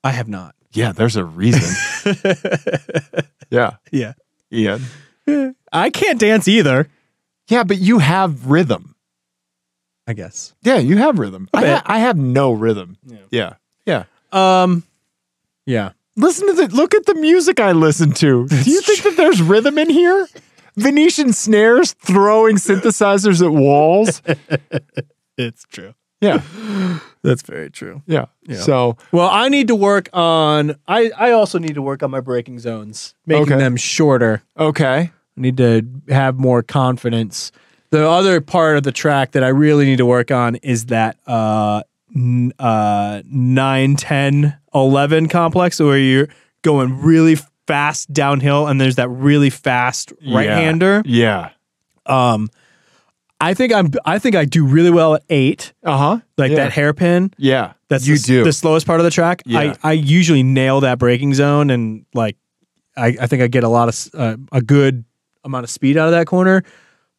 I have not. Yeah, there's a reason. yeah, yeah. Ian. I can't dance either, Yeah, but you have rhythm. I guess. Yeah, you have rhythm. I, bit. ha- I have no rhythm. Yeah. yeah, Um yeah. Listen to the look at the music I listen to. Do you think that there's rhythm in here? Venetian snares throwing synthesizers at walls. It's true. Yeah, That's very true. yeah. So Well, I need to work on I I also need to work on my braking zones, making Okay. them shorter. okay. I need to have more confidence. The other part of the track that I really need to work on is that uh n- uh 9 10 11 complex where you're going really fast downhill and there's that really fast Yeah. right-hander. Yeah. Um I think I'm. I think I do really well at eight, Uh huh. like yeah. that hairpin. Yeah. That's you the, s- do. the slowest part of the track. Yeah. I, I usually nail that braking zone and like I, I think I get a lot of s- uh, a good amount of speed out of that corner,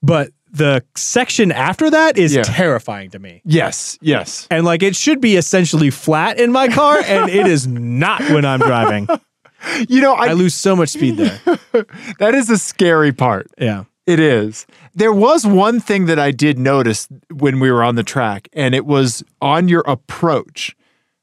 but the section after that is Yeah. terrifying to me. yes. Yes. And like it should be essentially flat in my car, and it is not when I'm driving. You know, I I, lose so much speed there. that is the scary part. Yeah. It is. There was one thing that I did notice when we were on the track, and it was on your approach,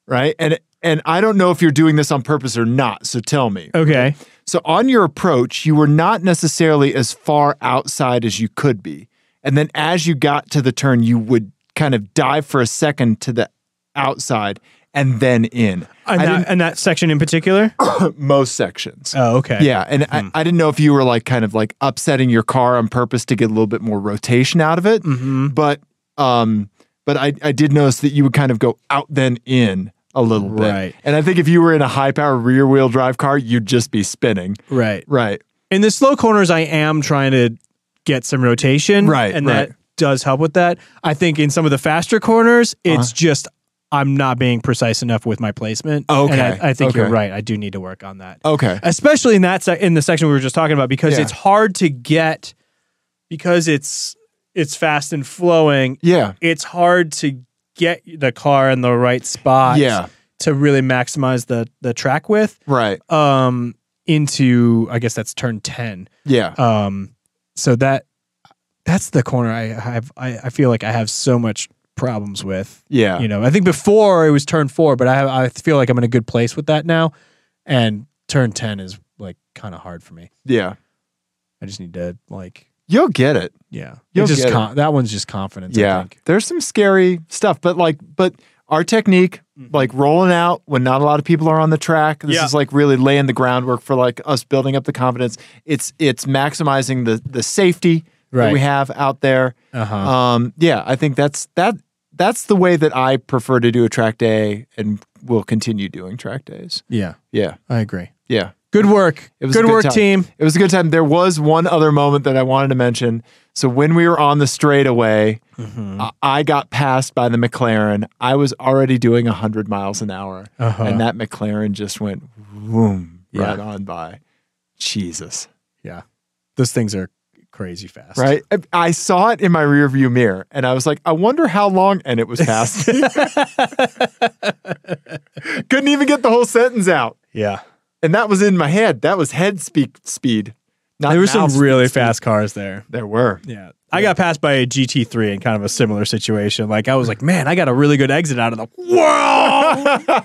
right? And and I don't know if you're doing this on purpose or not, so tell me. Okay. So on your approach, you were not necessarily as far outside as you could be. And then as you got to the turn, you would kind of dive for a second to the outside and then in. And, I that, and that section in particular. didn't most sections. Oh, okay. Yeah, and I, I didn't know if you were like kind of like upsetting your car on purpose to get a little bit more rotation out of it, Mm-hmm. but um, but I I did notice that you would kind of go out then in a little Right. bit, and I think if you were in a high power rear wheel drive car, you'd just be spinning, Right. right? in the slow corners i am trying to get some rotation Right, and right. that does help with that i think in some of the faster corners Uh-huh. it's just i'm not being precise enough with my placement and Okay, i, I think you're okay. right i do need to work on that Okay, especially in that sec in the section we were just talking about because Yeah. it's hard to get because it's it's fast and flowing yeah, it's hard to get the car in the right spot Yeah. to really maximize the the track width right, um into I guess that's turn 10. yeah, Um so that that's the corner I have I, I feel like I have so much problems with. yeah, You know, I think before it was turn 4, but I have, I feel like I'm in a good place with that now and turn 10 is like kind of hard for me. yeah. I just need to like You'll get it. yeah. It's You'll just get it. con- that one's just confidence I Yeah, think. there's some scary stuff, but like, but our technique, like rolling out when not a lot of people are on the track, this Mm-hmm. Yeah. is like really laying the groundwork for like us building up the confidence. It's it's maximizing the the safety that Right. we have out there. Uh-huh. Um, yeah, I think that's that that's the way that I prefer to do a track day, and will continue doing track days. yeah. Yeah, I agree. yeah. Good work. It was a good, good work time. team. It was a good time. There was one other moment that I wanted to mention. So when we were on the straightaway, I- I got passed by the McLaren. I was already doing 100 miles an hour, Uh-huh. and that McLaren just went boom Yeah. right on by. Jesus, Yeah. Those things are crazy fast. right? I, I saw it in my rearview mirror, and I was like, I wonder how long, and it was past. Couldn't even get the whole sentence out, Yeah. and that was in my head. That was head speak speed. Not There were mouth some speak really speed. fast cars there. There were. Yeah. I got passed by a GT3 in kind of a similar situation. Like I was like, man, I got a really good exit out of the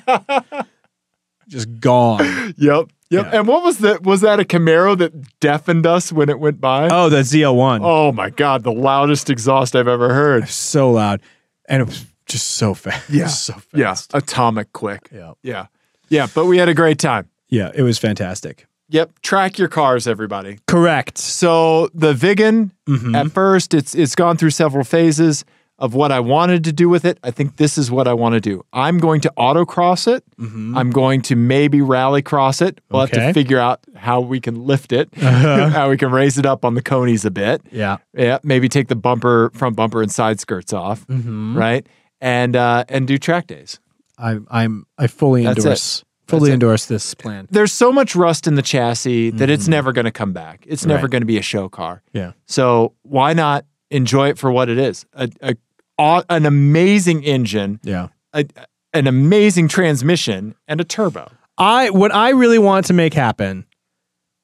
whoa, just gone. Yep. Yep. Yeah. And what was that? Was that a Camaro that deafened us when it went by? Oh, the ZL1, Oh my God, the loudest exhaust I've ever heard. so loud, and it was just so fast. Yeah. so Yeah. fast. Atomic quick. Yeah, Yeah. Yeah. But we had a great time. yeah, it was fantastic. Yep. Track your cars, everybody. Mm-hmm. Correct. So the Vigan, Mhm. at first, it's it's gone through several phases of what I wanted to do with it. I think this is what I want to do. I'm going to autocross it. I'm going to maybe rallycross it. We'll have Okay. to figure out how we can lift it, how we can raise it up on the conies a bit. Yeah, Yeah, maybe take the bumper, front bumper, and side skirts off, right? And uh, and do track days. I, I'm. I fully That's it. endorse. Fully it. endorse this plan. There's so much rust in the chassis that it's never going to come back. It's never Mm-hmm. Right. going to be a show car. Yeah. So why not enjoy it for what it is? A, a, aw- an amazing engine, Yeah. a, an amazing transmission, and a turbo. I what I really want to make happen.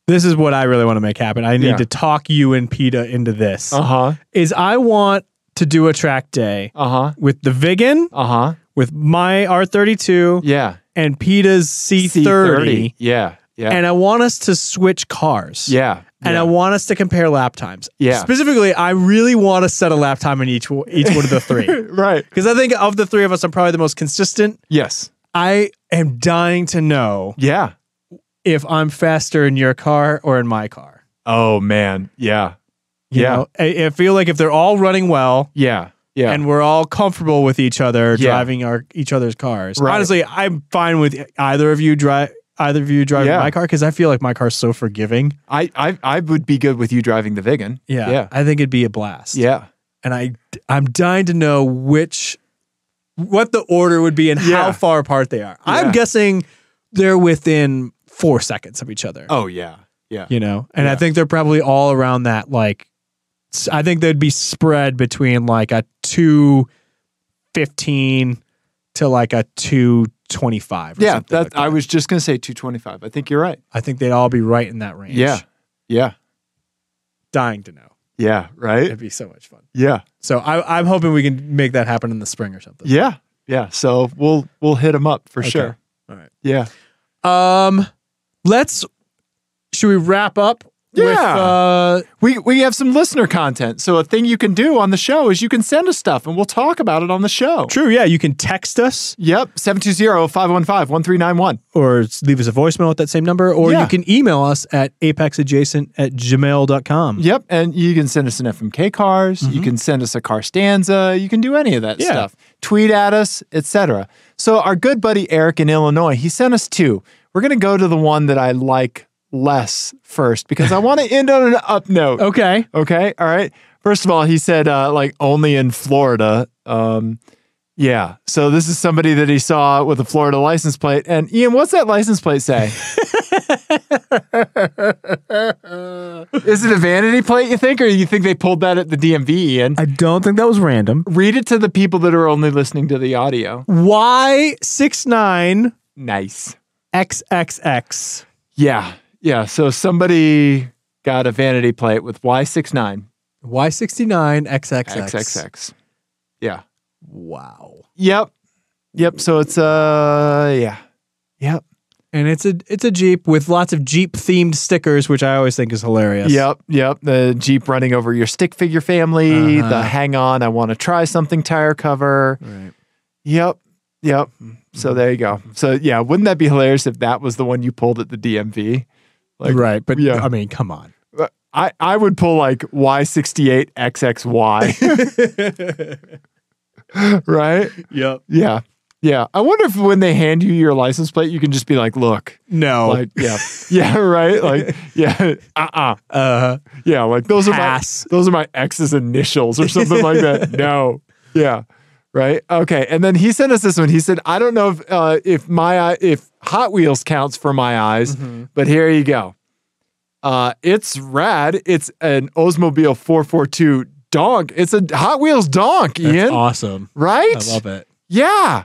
This is what I really want to make happen. I need Yeah. Uh-huh. to talk you and PETA into this. huh. is I want to do a track day Uh huh. with the Vigan, Uh huh. with my R32, Yeah. and PETA's C30. C30. Yeah. Yeah. And I want us to switch cars. yeah. And yeah. I want us to compare lap times. Yeah. Specifically, I really want to set a lap time in each w- each one of the three right. because I think of the three of us, I'm probably the most consistent. Yes. I am dying to know Yeah. if I'm faster in your car or in my car. Oh man. Yeah. You Yeah. know, I, I feel like if they're all running well, Yeah. Yeah. and we're all comfortable with each other Yeah. driving our each other's cars. Right. Honestly, I'm fine with either of you drive either of you driving Yeah. my car because I feel like my car's so forgiving. I, I I would be good with you driving the Vigan. Yeah, Yeah. I think it'd be a blast. Yeah. and I I'm dying to know which what the order would be and how Yeah. far apart they are. I'm Yeah. guessing they're within four seconds of each other. Oh yeah, yeah, You know, and I Yeah. think they're probably all around that. Like, s- I think they'd be spread between like a two fifteen to like a two twenty five. yeah. something That, like I was just gonna say two twenty five. I think you're right. I think they'd all be right in that range. Yeah, yeah, dying to know. yeah. Right. It'd be so much fun. Yeah, So I, I'm hoping we can make that happen in the spring or something. yeah, yeah. So we'll we'll hit them up for Okay. sure. All right. Yeah. Um, let's. Should we wrap up? With, Yeah. uh, We we have some listener content. So a thing you can do on the show is you can send us stuff and we'll talk about it on the show. true. Yeah, you can text us Yep, 720-515-1391. or s- leave us a voicemail at that same number, or Yeah. you can email us at apexadjacent at gmail.com. Yep, and you can send us an FMK cars, you can send us a car stanza, you can do any of that Mm-hmm. Yeah. stuff. Tweet at us, etc. So our good buddy Eric in Illinois, he sent us two. We're going to go to the one that I like less first because I want to end on an up note. Okay. Okay. All right. First of all, he said uh, like only in Florida. Um, yeah. So this is somebody that he saw with a Florida license plate. And Ian, what's that license plate say? is it a vanity plate, you think, or you think they pulled that at the DMV, Ian? I don't think that was random. Read it to the people that are only listening to the audio. Y69XXX. Nice. Yeah. Yeah. So somebody got a vanity plate with Y69 Y69XXX. XXX. Yeah. Wow. Yep. Yep. So it's uh yeah. Yep. And it's a it's a Jeep with lots of Jeep themed stickers, which I always think is hilarious. Yep. Yep. The Jeep running over your stick figure family, Uh-huh. the hang on, I want to try something tire cover. Right. Yep. Yep. So there you go. So yeah, wouldn't that be hilarious if that was the one you pulled at the DMV? Like right. But yeah. I mean, come on. I, I would pull like Y68XXY, right? Yep. Yeah. Yeah. I wonder if when they hand you your license plate, you can just be like, look, No. like, yeah. Yeah, right? Like, yeah. Uh-uh. uh, Yeah, like those Pass. are my those are my ex's initials or something like that. No, yeah, right. Okay, and then he sent us this one. He said, "I don't know if uh, if my eye- if Hot Wheels counts for my eyes, Mm-hmm. but here you go. Uh, it's rad. It's an Oldsmobile 442 donk. It's a Hot Wheels donk, that's Ian. awesome. Right? I love it. Yeah.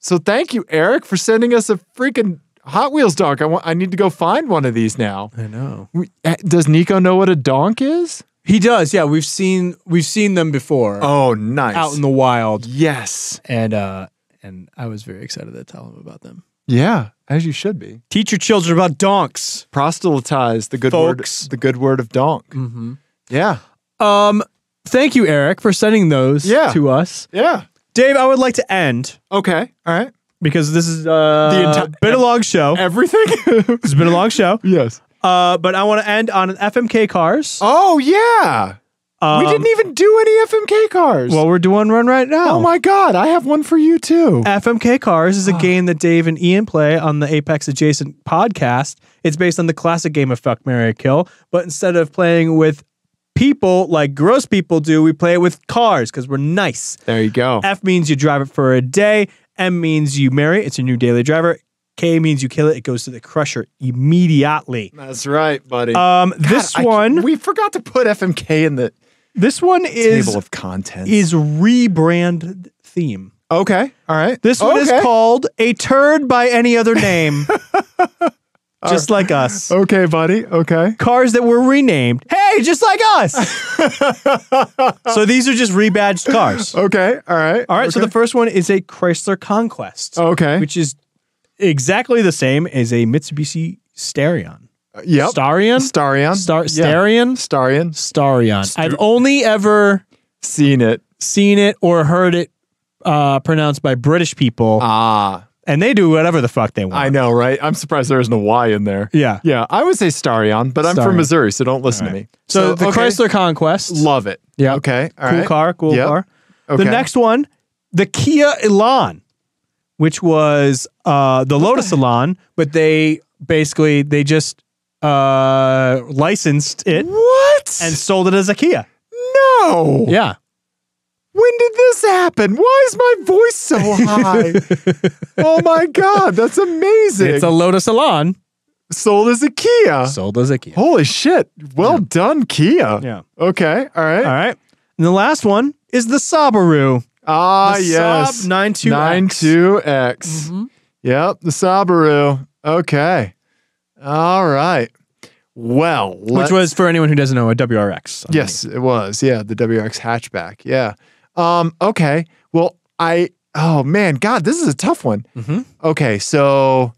So thank you, Eric, for sending us a freaking Hot Wheels donk. I want. I need to go find one of these now. I know. We- eh, Does Nico know what a donk is? He does. Yeah, we've seen we've seen them before Oh, nice. out in the wild, yes. and uh, and I was very excited to tell him about them. Yeah, as you should be. Teach your children about donks. Proselytize the good Folks. word. The good word of donk. Mm-hmm. Yeah. Um, thank you, Eric, for sending those Yeah. to us. Yeah. Dave, I would like to end Okay. All right. because this is uh, The enti- been a long show. Everything. It's been a long show. yes. Uh, but I want to end on an FMK cars. Oh yeah. we Um, didn't even do any FMK cars. Well, we're doing one right now. oh my God, I have one for you too. FMK Cars is a Ah. game that Dave and Ian play on the Apex Adjacent podcast. It's based on the classic game of Fuck Mary Kill, but instead of playing with people like gross people do, we play it with cars because we're nice. There you go. F means you drive it for a day. M means you marry. it. It's your new daily driver. K means you kill it. It goes to the crusher immediately. That's right, buddy. Um, this I- one, we forgot to put FMK in the this one is table of contents. is rebranded theme. e- okay. All right. This one is Okay. called A Turd by Any Other Name. just like us. Okay, buddy. Okay. Cars that were renamed. Hey, just like us. so these are just rebadged cars. Oh, Okay. All right. All right. So the first one is a Chrysler Conquest, okay. which is exactly the same as a Mitsubishi Starion. Yep. Starion? Starion. Star- Yeah. Starion? Starion. Starion. I've only ever Seen it. seen it or heard it uh, pronounced by British people, Ah, and they do whatever the fuck they want. I know, right? I'm surprised there isn't a Y in there. Yeah. Yeah, I would say Starion, but I'm Starion. from Missouri, so don't listen to me. So, the okay. Chrysler Conquest. love it. Yeah. Okay. All right. cool car, cool Yep. car. Okay. The next one, the Kia Elan, which was uh, the Lotus Elan, but they basically they just uh, licensed it What? and sold it as a Kia. no. Yeah, when did this happen? Why is my voice so high? oh my God, that's amazing. It's a Lotus Salon. Sold as a Kia. Sold as a Kia. Holy shit. Well done, Kia. Yeah. Okay. All right. All right. And the last one is the Sabaru. Ah, The yes. Saab 92X. 92X. Mm-hmm. Yep. The Sabaru. Okay. All right. Well, Which was, for anyone who doesn't know, a WRX. Yes, it was. Yeah, the WRX hatchback. Yeah. Um, okay. Well, I oh man, God, this is a tough one. Mhm. Okay, so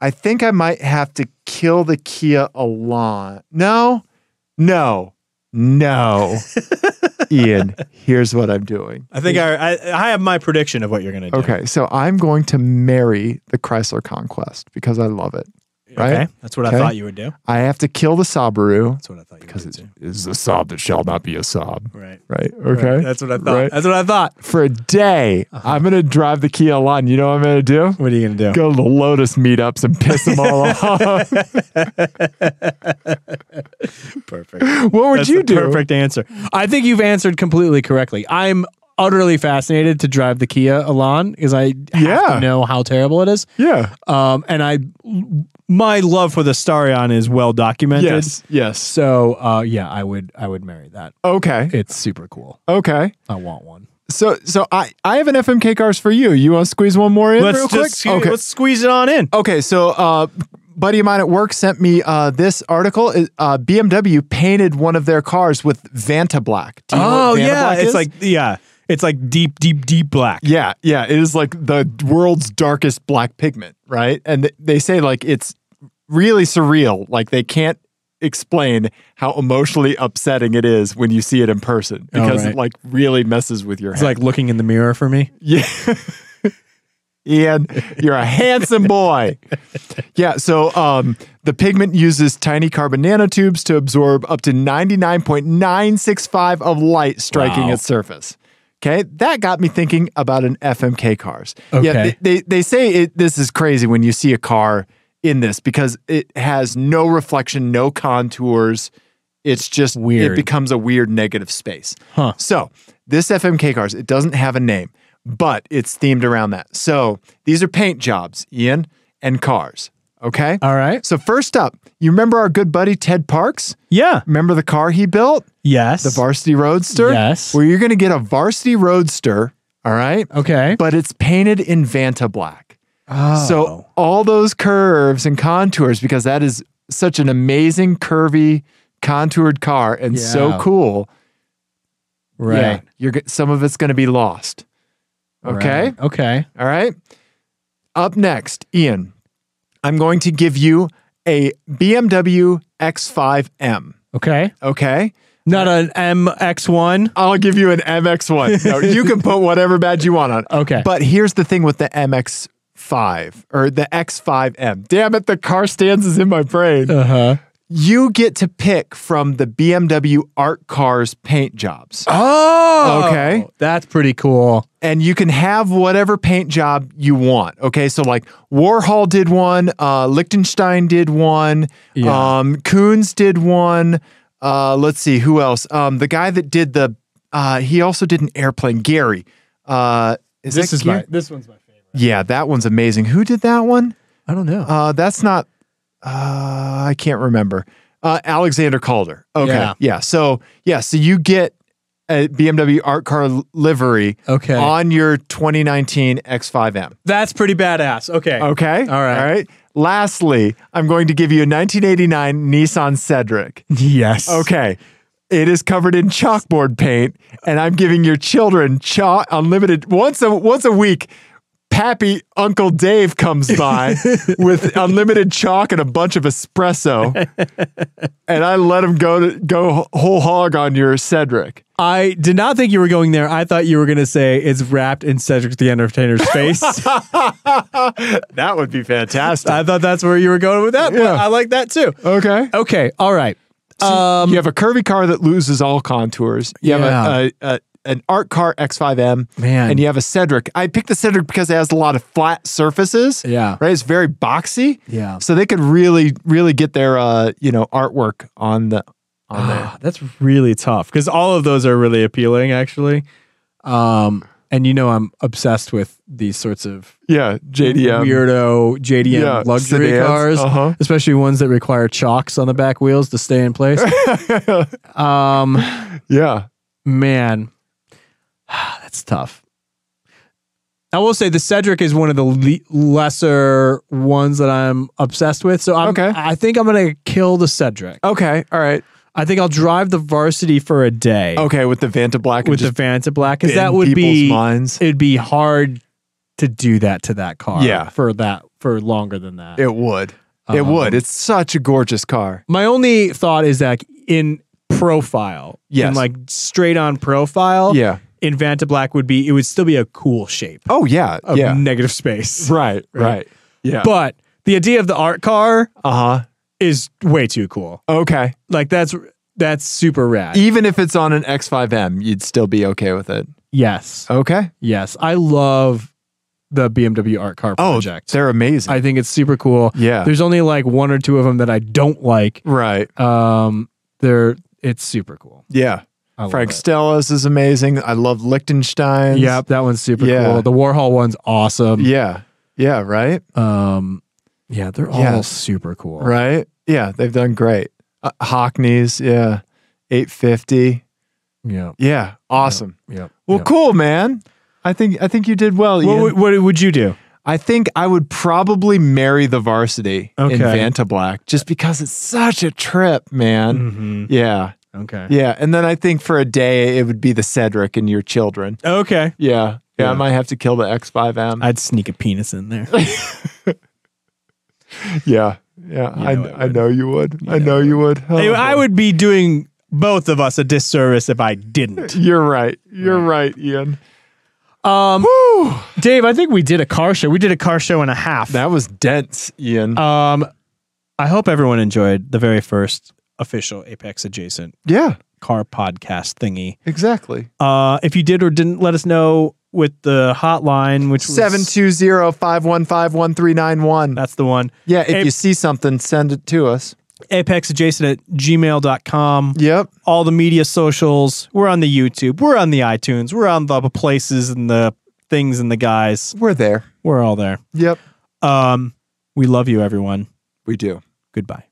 I think I might have to kill the Kia Elan. No, no, no. Ian, here's what I'm doing. I think I, I I have my prediction of what you're going to do. Okay, so I'm going to marry the Chrysler Conquest because I love it. Right? Okay. That's what Okay. I thought you would do. I have to kill the Sabaru That's what I thought you would because do. it too. is a sob that shall not be a sob. Right. Right. Okay. Right. That's Uh-huh. what I thought. Right. That's what I thought. for a day. I'm gonna drive the Kia line. You know what I'm gonna do? What are you going to do? Go to the Lotus meetups and piss them all off. Perfect. what would That's you the do? Perfect answer. I think you've answered completely correctly. I'm utterly fascinated to drive the Kia Elan because I have Yeah. to know how terrible it is. Yeah. Um, and I, my love for the Starion is well documented. Yes. Yes. So uh, yeah, I would I would marry that. Okay. It's super cool. Okay. I want one. So so I I have an FMK cars for you. You want to squeeze one more in real quick? okay. let's squeeze it on in. Okay. So uh. Buddy of mine at work sent me uh, this article. It- Uh, BMW painted one of their cars with Vanta black. Do you know Oh what Vanta yeah, black it's is? like yeah, it's like deep deep deep black. Yeah, yeah, it is like the world's darkest black pigment, right? And th- they say like it's really surreal. Like they can't explain how emotionally upsetting it is when you see it in person Oh, because it right. like really messes with your It's head. like looking in the mirror for me. yeah. Ian, you're a handsome boy. Yeah, so um, the pigment uses tiny carbon nanotubes to absorb up to 99.965 of light striking Wow. its surface. Okay, that got me thinking about an FMK cars. Yeah, Okay. they, they, they say it, this is crazy when you see a car in this because it has no reflection, no contours. It's just It Weird. becomes a weird negative space. Huh. So this FMK cars, it doesn't have a name, but it's themed around that. So these are paint jobs, Ian, and cars. Okay. All right. So first up, you remember our good buddy Ted Parks? Yeah. Remember the car he built, Yes. the Varsity Roadster? Yes. Where you're going to get a Varsity Roadster, all right, okay. but it's painted in Vanta black. Oh. So all those curves and contours, because that is such an amazing curvy contoured car and so Yeah. cool. right. Yeah, you're g- some of it's going to be lost. Okay. Right. Okay. All right. Up next, Ian, I'm going to give you a BMW X5M. Okay. Okay. Not an MX1. I'll give you an MX1. No, you can put whatever badge you want on. Okay. But here's the thing with the MX5 or the X5M. Damn it, the car stands is in my brain. Uh huh. You get to pick from the BMW Art Cars paint jobs. Oh. Okay. That's pretty cool. and you can have whatever paint job you want. Okay, so like Warhol did one, uh, Lichtenstein did one, Yeah. um, Coons did one. Uh, let's see who else. Um, the guy that did the uh, he also did an airplane. Gary. Uh, is This that is Gary? my. This one's my favorite. Yeah, that one's amazing. Who did that one? I don't know. Uh, that's not. Uh, I can't remember. Uh, Alexander Calder. Okay. Yeah. Yeah. So yeah. So you get a BMW art car livery Okay. on your 2019 X5M. That's pretty badass. Okay. Okay. All right. All right. Lastly, I'm going to give you a 1989 Nissan Cedric. Yes. Okay. It is covered in chalkboard paint, and I'm giving your children chalk unlimited once a once a week. Pappy Uncle Dave comes by with unlimited chalk and a bunch of espresso, and I let him go to, go whole hog on your Cedric. I did not think you were going there. I thought you were going to say it's wrapped in Cedric the Entertainer's face. I That would be fantastic. thought that's where you were going with that. Yeah. But I like that too. okay. Okay. All right. Um, you have a curvy car that loses all contours. You have a, a, a an art car X5M, Man. and you have a Cedric. I picked the Cedric because it has a lot of flat surfaces. Yeah. right. It's very boxy. Yeah. so they could really, really get their uh, you know artwork on the on there. Ah, that's really tough because all of those are really appealing, actually. Um, and you know I'm obsessed with these sorts of Yeah, JDM. weirdo JDM Yeah, luxury sedans, cars, uh-huh. especially ones that require chocks on the back wheels to stay in place. um, Yeah. man, Ah, that's tough. I will say the Cedric is one of the le- lesser ones that I'm obsessed with. So I'm, Okay. Oh. I think I'm gonna kill the Cedric. Okay. All right. I think I'll drive the Varsity for a day Okay. With the Vanta Black with the and just Vanta Black because in that would people's be minds. it'd be hard to do that to that car. Yeah. for that for longer than that. It would. it Um, would. It's such a gorgeous car. My only thought is that in profile, Yes. in like straight on profile, Yeah. in Vanta Black would be it would still be a cool shape Oh yeah. of yeah. negative space. right. right. Right. Yeah. But the idea of the art car uh huh. is way too cool. Okay. Like that's that's super rad. Even if it's on an X5M, you'd still be okay with it. yes. Okay. Yes. I love the BMW art car Oh, project. they're amazing. I think it's super cool. yeah. There's only like one or two of them that I don't like. Right. Um they're it's super cool. Yeah. I love Frank it. Stella's is amazing. I love Liechtenstein. Yep, that one's super Yeah. cool. The Warhol one's awesome. Yeah. Yeah. Right. Um, yeah, they're all Yeah. super cool. Right. Yeah. They've done great. Uh, Hockney's. Yeah. 850. Yeah. Yeah. Awesome. Yeah. Well, yeah. cool, man. I think I think you did well. What, Ian. would- what would you do? I think I would probably marry the varsity Okay. in Vanta Black just because it's such a trip, man. Mm-hmm. Yeah. Okay. Yeah. And then I think for a day it would be the Cedric and your children. Okay. Yeah. Yeah. Yeah. I might have to kill the X5M. I'd sneak a penis in there. yeah. Yeah. You I, know I I would. know you would. You I know know I you would. I, Oh, I boy. would be doing both of us a disservice if I didn't. You're right. You're right, Ian. Um, Whew. Dave, I think we did a car show. We did a car show and a half. That was dense, Ian. um, I hope everyone enjoyed the very first official Apex adjacent yeah. car podcast thingy. Exactly. Uh, if you did or didn't, let us know with the hotline, which was- 720-515-1391. That's the one. Yeah, if Ape- you see something, send it to us. apexadjacent at gmail.com. Yep. All the media socials. We're on the YouTube. We're on the iTunes. We're on the places and the things and the guys. We're there. We're all there. Yep. Um, we love you, everyone. We do. Goodbye.